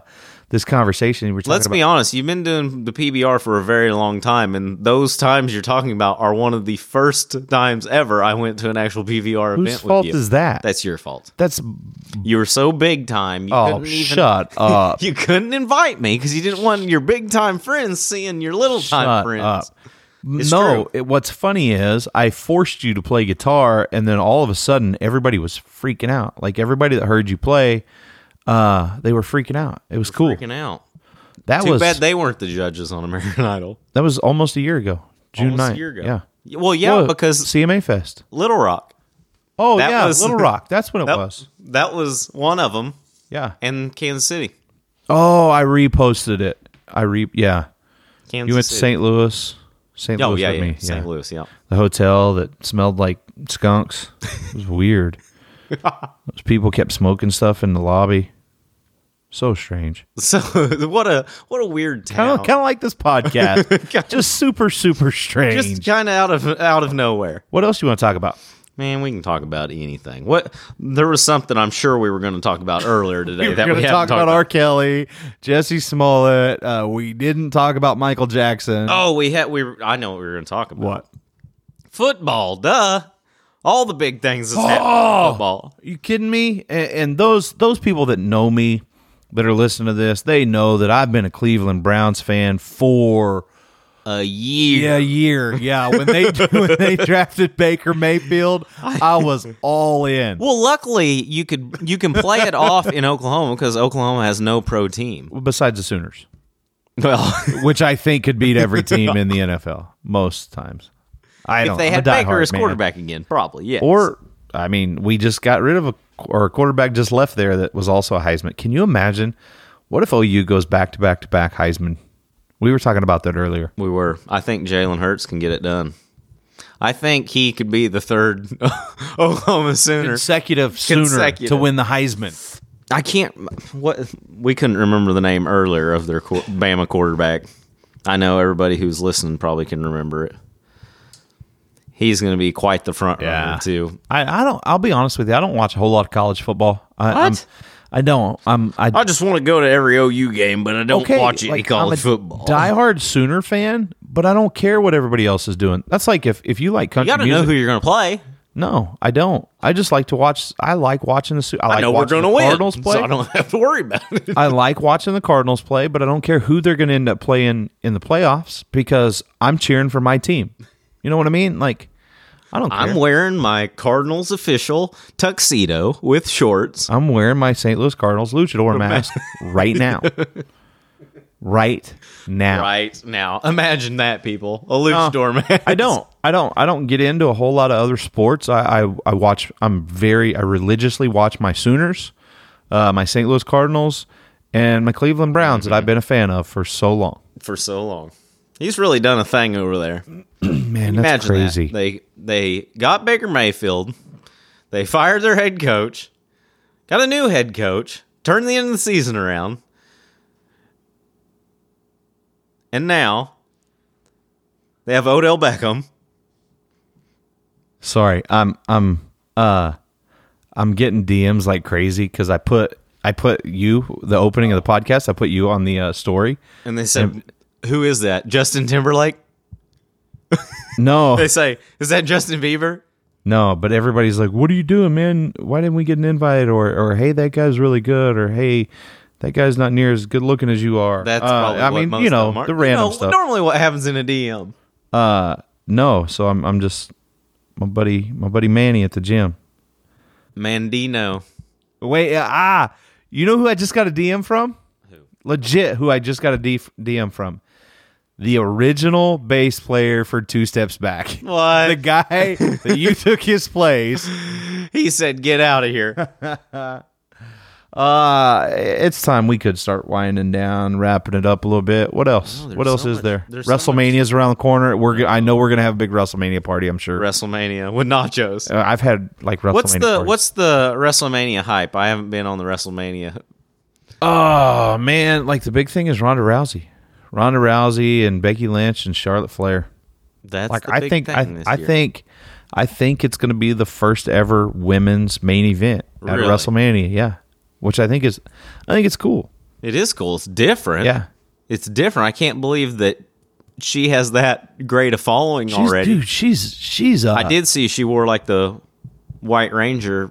Speaker 1: this conversation. We were talking
Speaker 2: Let's
Speaker 1: about,
Speaker 2: be honest. You've been doing the PBR for a very long time, and those times you're talking about are one of the first times ever I went to an actual PBR
Speaker 1: whose
Speaker 2: event.
Speaker 1: fault
Speaker 2: with you.
Speaker 1: is that?
Speaker 2: That's your fault.
Speaker 1: That's
Speaker 2: You were so big time. You
Speaker 1: oh
Speaker 2: couldn't even,
Speaker 1: shut up,
Speaker 2: You couldn't invite me because you didn't want your big time friends seeing your little time
Speaker 1: shut
Speaker 2: friends.
Speaker 1: up.
Speaker 2: It's
Speaker 1: no,
Speaker 2: true.
Speaker 1: it, what's funny is I forced you to play guitar, and then all of a sudden everybody was freaking out. Like everybody that heard you play, uh, they were freaking out. It was cool.
Speaker 2: Freaking out.
Speaker 1: That
Speaker 2: Too
Speaker 1: was
Speaker 2: bad they weren't the judges on American Idol.
Speaker 1: That was almost a year ago. June
Speaker 2: Almost a
Speaker 1: 9th.
Speaker 2: year ago.
Speaker 1: Yeah. Oh,
Speaker 2: Well, yeah,
Speaker 1: Well,
Speaker 2: because
Speaker 1: CMA Fest.
Speaker 2: Little Rock.
Speaker 1: Oh
Speaker 2: That
Speaker 1: yeah,
Speaker 2: was-
Speaker 1: Little Rock. That's what it
Speaker 2: That
Speaker 1: was.
Speaker 2: That was one of them,
Speaker 1: Yeah.
Speaker 2: and Kansas City.
Speaker 1: Oh, I reposted it. I re yeah.
Speaker 2: Kansas
Speaker 1: You went to
Speaker 2: City.
Speaker 1: St. Louis. St.
Speaker 2: Oh
Speaker 1: Louis
Speaker 2: yeah,
Speaker 1: with
Speaker 2: yeah.
Speaker 1: me.
Speaker 2: St.
Speaker 1: yeah.
Speaker 2: Louis. Yeah.
Speaker 1: The hotel that smelled like skunks. It was weird. Those people kept smoking stuff in the lobby. So strange.
Speaker 2: So what a what a weird
Speaker 1: Kind
Speaker 2: town.
Speaker 1: of, kind of like this podcast. Just super, super strange.
Speaker 2: Just kind of out of out of nowhere.
Speaker 1: what else you want to talk about?
Speaker 2: Man, we can talk about anything. What there was something I'm sure we were going to talk about earlier today
Speaker 1: we
Speaker 2: that
Speaker 1: are
Speaker 2: we
Speaker 1: going to
Speaker 2: haven't
Speaker 1: talk
Speaker 2: talked
Speaker 1: about R. Kelly, Jesse Smollett. Uh, we didn't talk about Michael Jackson.
Speaker 2: Oh, we had we. I know what we were going to talk about.
Speaker 1: What?
Speaker 2: Football. Duh. All the big things that's happening
Speaker 1: Oh!
Speaker 2: in football.
Speaker 1: you kidding me? And, and those those people that know me, that are listening to this, they know that I've been a Cleveland Browns fan for
Speaker 2: a year.
Speaker 1: Yeah, year. Yeah, when they when they drafted Baker Mayfield, I was all in.
Speaker 2: Well, luckily you could you can play it off in Oklahoma because Oklahoma has no pro team.
Speaker 1: Besides the Sooners,
Speaker 2: Well,
Speaker 1: which I think could beat every team in the NFL most times. I don't.
Speaker 2: if they
Speaker 1: I'm a
Speaker 2: had Baker
Speaker 1: diehard
Speaker 2: as
Speaker 1: man.
Speaker 2: quarterback again, probably yes.
Speaker 1: or I mean, we just got rid of a or a quarterback just left there that was also a Heisman. Can you imagine? What if OU goes back to back to back Heisman? We were talking about that earlier.
Speaker 2: we were. I think Jalen Hurts can get it done. I think he could be the third Oklahoma Sooner.
Speaker 1: Consecutive sooner to
Speaker 2: Consecutive.
Speaker 1: win the Heisman.
Speaker 2: I can't. What we couldn't remember the name earlier of their qu- Bama quarterback. I know everybody who's listening probably can remember it. He's going to be quite the front
Speaker 1: Yeah.
Speaker 2: runner too.
Speaker 1: I, I don't. I'll be honest with you. I don't watch a whole lot of college football. I, I'm-
Speaker 2: What?
Speaker 1: I don't. I'm. I,
Speaker 2: I just want to go to every OU game, but I don't
Speaker 1: okay,
Speaker 2: watch any
Speaker 1: like,
Speaker 2: college
Speaker 1: I'm a
Speaker 2: football.
Speaker 1: Diehard Sooner fan, but I don't care what everybody else is doing. That's like if if you like
Speaker 2: you
Speaker 1: country
Speaker 2: got to know
Speaker 1: music.
Speaker 2: who you're going to play.
Speaker 1: no, I don't. I just like to watch. I like watching the. Soo- I like
Speaker 2: I know we're
Speaker 1: watching
Speaker 2: going to
Speaker 1: the
Speaker 2: win,
Speaker 1: Cardinals play.
Speaker 2: so I don't have to worry about it.
Speaker 1: I like watching the Cardinals play, but I don't care who they're going to end up playing in the playoffs because I'm cheering for my team. You know what I mean? Like, I don't care.
Speaker 2: I'm wearing my Cardinals official tuxedo with shorts.
Speaker 1: I'm wearing my St. Louis Cardinals luchador mask right now. Right now.
Speaker 2: Right now, imagine that, people. A loose doormat.
Speaker 1: Oh, I don't. I don't. I don't get into a whole lot of other sports. I I, I watch. I'm very. I religiously watch my Sooners, uh, my St. Louis Cardinals, and my Cleveland Browns
Speaker 2: Mm-hmm.
Speaker 1: that I've been a fan of for so long.
Speaker 2: for so long. He's really done a thing over there.
Speaker 1: Man, that's
Speaker 2: Imagine
Speaker 1: crazy.
Speaker 2: that. They they got Baker Mayfield. They fired their head coach. Got a new head coach. Turned the end of the season around. And now they have Odell Beckham.
Speaker 1: Sorry, I'm I'm uh I'm getting DMs like crazy because I put I put you the opening of the podcast. I put you on the uh, story.
Speaker 2: And they said, "Who is that? Justin Timberlake?"
Speaker 1: No,
Speaker 2: They say, "Is that Justin Bieber?"
Speaker 1: no, but everybody's like, "What are you doing, man? Why didn't we get an invite?" Or or hey, that guy's really good. Or hey. That guy's not near as good looking as you are.
Speaker 2: That's
Speaker 1: Uh,
Speaker 2: probably
Speaker 1: I
Speaker 2: what
Speaker 1: mean,
Speaker 2: most
Speaker 1: you
Speaker 2: of
Speaker 1: know,
Speaker 2: them are.
Speaker 1: the random
Speaker 2: You know,
Speaker 1: stuff.
Speaker 2: Normally, what happens in a DM?
Speaker 1: Uh, no, so I'm I'm just my buddy my buddy Manny at the gym.
Speaker 2: Mandino.
Speaker 1: Wait, uh, ah, you know who I just got a DM from? Who? Legit, who I just got a D- DM from? The original bass player for Two Steps Back.
Speaker 2: What?
Speaker 1: The guy that you took his place.
Speaker 2: He said, "Get out of here."
Speaker 1: Uh, it's time we could start winding down, wrapping it up a little bit. What else?
Speaker 2: there's
Speaker 1: what else
Speaker 2: so
Speaker 1: is
Speaker 2: much-
Speaker 1: there?
Speaker 2: there's so much-
Speaker 1: WrestleMania's around the corner. We're go- I know we're gonna have a big WrestleMania party. I'm sure.
Speaker 2: WrestleMania with nachos.
Speaker 1: Uh, I've had like WrestleMania.
Speaker 2: What's the
Speaker 1: parties.
Speaker 2: what's the WrestleMania hype? I haven't been on the WrestleMania.
Speaker 1: Oh man, like the big thing is Ronda Rousey, Ronda Rousey and Becky Lynch and Charlotte Flair.
Speaker 2: That's
Speaker 1: like
Speaker 2: the
Speaker 1: I
Speaker 2: big
Speaker 1: think
Speaker 2: thing
Speaker 1: I,
Speaker 2: this
Speaker 1: I
Speaker 2: year.
Speaker 1: think I think it's going to be the first ever women's main event
Speaker 2: Really?
Speaker 1: at WrestleMania. Yeah, which I think is I think it's cool.
Speaker 2: it is cool. It's different.
Speaker 1: Yeah.
Speaker 2: it's different. I can't believe that she has that great a following
Speaker 1: She's,
Speaker 2: already.
Speaker 1: dude, she's she's uh,
Speaker 2: I did see she wore like the White Ranger,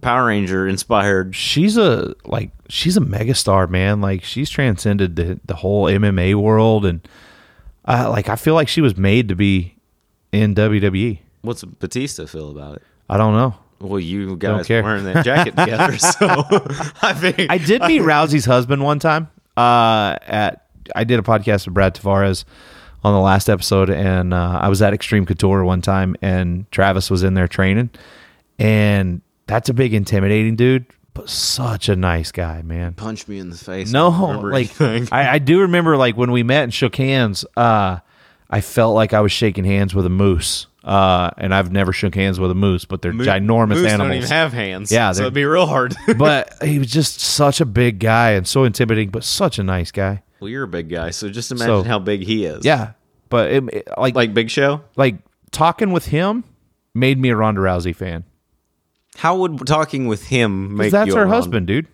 Speaker 2: Power Ranger inspired.
Speaker 1: she's a like she's a megastar, man. Like she's transcended the the whole MMA world, and uh, like I feel like she was made to be in WWE.
Speaker 2: What's Batista feel about it?
Speaker 1: I don't know.
Speaker 2: Well, you guys
Speaker 1: care.
Speaker 2: wearing that jacket together, so I think
Speaker 1: I did meet Rousey's husband one time. Uh, at I did a podcast with Brad Tavares on the last episode, and uh, I was at Extreme Couture one time, and Travis was in there training, and that's a big intimidating dude, but such a nice guy, man.
Speaker 2: punch me in the face.
Speaker 1: No,
Speaker 2: I don't remember
Speaker 1: like
Speaker 2: anything.
Speaker 1: I, I do remember like when we met and shook hands. Uh, I felt like I was shaking hands with a moose, uh, and I've never shook hands with a moose, but they're ginormous
Speaker 2: Moose
Speaker 1: animals.
Speaker 2: Don't even have hands.
Speaker 1: Yeah,
Speaker 2: so
Speaker 1: they're-
Speaker 2: it'd be real hard.
Speaker 1: but he was just such a big guy and so intimidating, but such a nice guy.
Speaker 2: Well, you're a big guy, so just imagine
Speaker 1: So-
Speaker 2: how big he is.
Speaker 1: Yeah, but it, it- like, like
Speaker 2: Like Big Show?
Speaker 1: talking with him made me a Ronda Rousey fan.
Speaker 2: How would talking with him
Speaker 1: 'Cause
Speaker 2: make
Speaker 1: That's
Speaker 2: you
Speaker 1: her
Speaker 2: a Ron-
Speaker 1: husband, dude,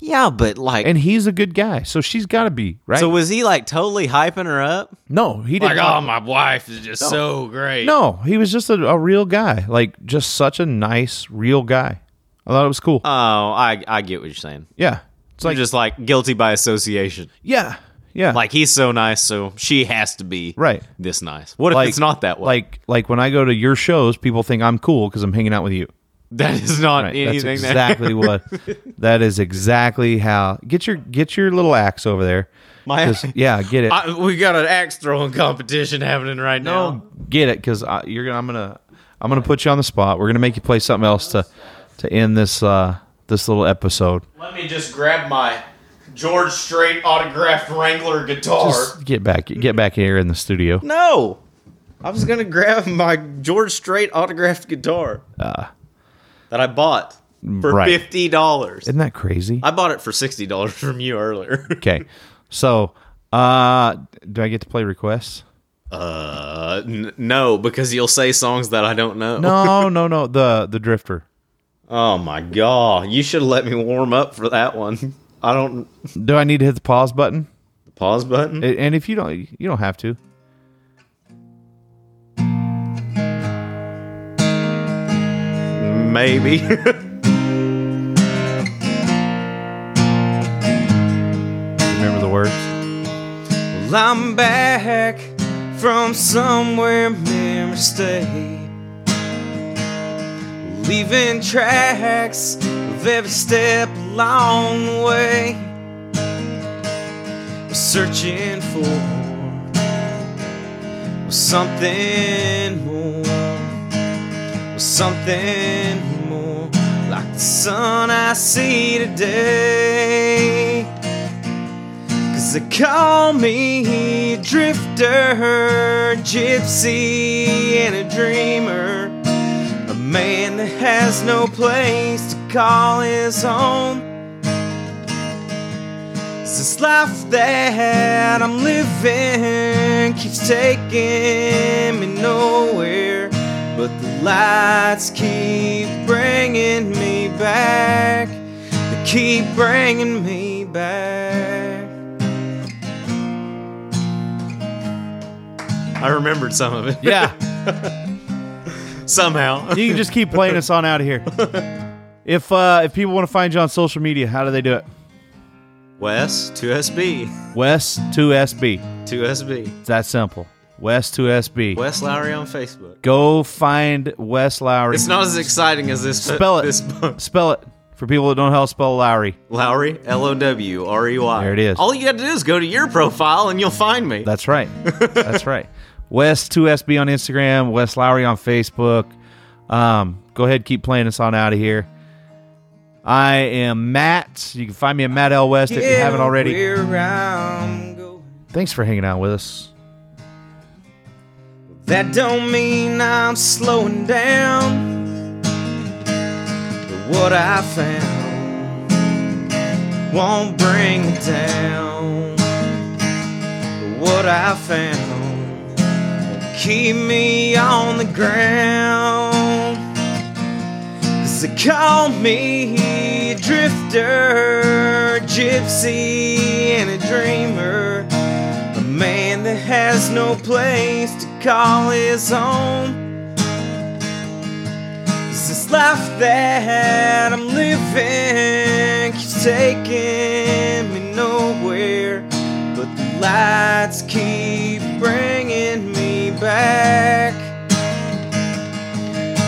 Speaker 2: Yeah, but like
Speaker 1: and he's a good guy, so she's got to be right.
Speaker 2: So oh, was he like totally hyping her up?
Speaker 1: no, he didn't.
Speaker 2: my wife is just so great.
Speaker 1: no, he was just a, a real guy, like just such a nice, real guy. I thought it was
Speaker 2: Um,
Speaker 1: cool.
Speaker 2: Oh, I I get what you're saying.
Speaker 1: yeah, it's
Speaker 2: It's like
Speaker 1: like
Speaker 2: just like guilty by association.
Speaker 1: yeah, Yeah.
Speaker 5: Like he's so nice, so she has to be
Speaker 1: Right.
Speaker 5: this nice. What if
Speaker 1: Like-
Speaker 5: it's not that way?
Speaker 1: Like like when I go to your shows, people think I'm cool because I'm hanging out with you.
Speaker 5: that is not
Speaker 1: Right. That's
Speaker 5: anything that-
Speaker 1: exactly what. That is exactly how. Get your get your little axe over there.
Speaker 5: My-
Speaker 1: 'Cause- yeah, get it.
Speaker 5: I, we got an axe throwing competition happening right
Speaker 1: no,
Speaker 5: now.
Speaker 1: get it because you're gonna. I'm gonna. I'm gonna put you on the spot. We're gonna make you play something else to to end this uh this little episode.
Speaker 5: Let me just grab my George Strait autographed Wrangler guitar.
Speaker 1: Just get back get back here in the studio.
Speaker 5: no. I was gonna grab my George Strait autographed guitar that I bought for
Speaker 1: Uh, right.
Speaker 5: fifty dollars.
Speaker 1: Isn't that crazy?
Speaker 5: I bought it for sixty dollars from you earlier.
Speaker 1: Okay, so uh, do I get to play requests?
Speaker 5: Uh, n- no, because you'll say songs that I don't know.
Speaker 1: No, no, no. The the drifter.
Speaker 5: Oh my god, you should have let me warm up for that one. I don't
Speaker 1: Do I need to hit the pause button?
Speaker 5: pause button.
Speaker 1: A- And if you don't, you don't have to.
Speaker 5: Maybe.
Speaker 1: Remember the words.
Speaker 2: Well, I'm back from somewhere near mistake. Leaving tracks of every step along the way. We're searching for something more. Something more. Like the sun I see today. Cause they call me a drifter, gypsy, and a dreamer. A man that has no place to call his home. It's this life that I'm living keeps taking me nowhere. But the lights keep bringing me back. They keep bringing me back.
Speaker 5: I remembered some of it.
Speaker 1: Yeah,
Speaker 5: Somehow.
Speaker 1: you can just keep playing us on out of here. If uh, if people want to find you on social media, how do they do it?
Speaker 5: Wes, 2SB.
Speaker 1: West Two SB.
Speaker 5: 2SB.
Speaker 1: It's that simple. West Two SB.
Speaker 5: Wes Lowry on Facebook.
Speaker 1: Go find Wes Lowry.
Speaker 5: It's not as exciting as this.
Speaker 1: spell it.
Speaker 5: This book.
Speaker 1: Spell it for people that don't know how to spell Lowry.
Speaker 5: Lowry, L O W R E Y.
Speaker 1: There it is.
Speaker 5: All you got to do is go to your profile and you'll find me.
Speaker 1: That's right. That's right. West Two SB on Instagram. Wes Lowry on Facebook. Um, go ahead, keep playing us on out of here. I am Matt. You can find me at Matt L West if you haven't already.
Speaker 2: Where I'm going.
Speaker 1: Thanks for hanging out with us.
Speaker 2: That don't mean I'm slowing down. But what I found won't bring me down. But what I found will keep me on the ground. Cause they call me a drifter, gypsy, and a dreamer. A man that has no place to call his own. It's this life that I'm living keeps taking me nowhere. But the lights keep bringing me back.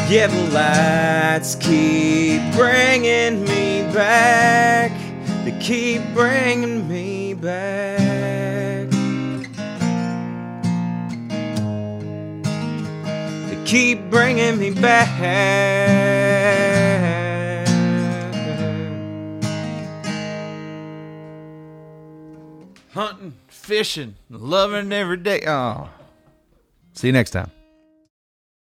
Speaker 2: Yeah, the lights keep bringing me back. They keep bringing me back. They keep bringing me back.
Speaker 6: Hunting, fishing, loving every day. Oh.
Speaker 1: See you next time.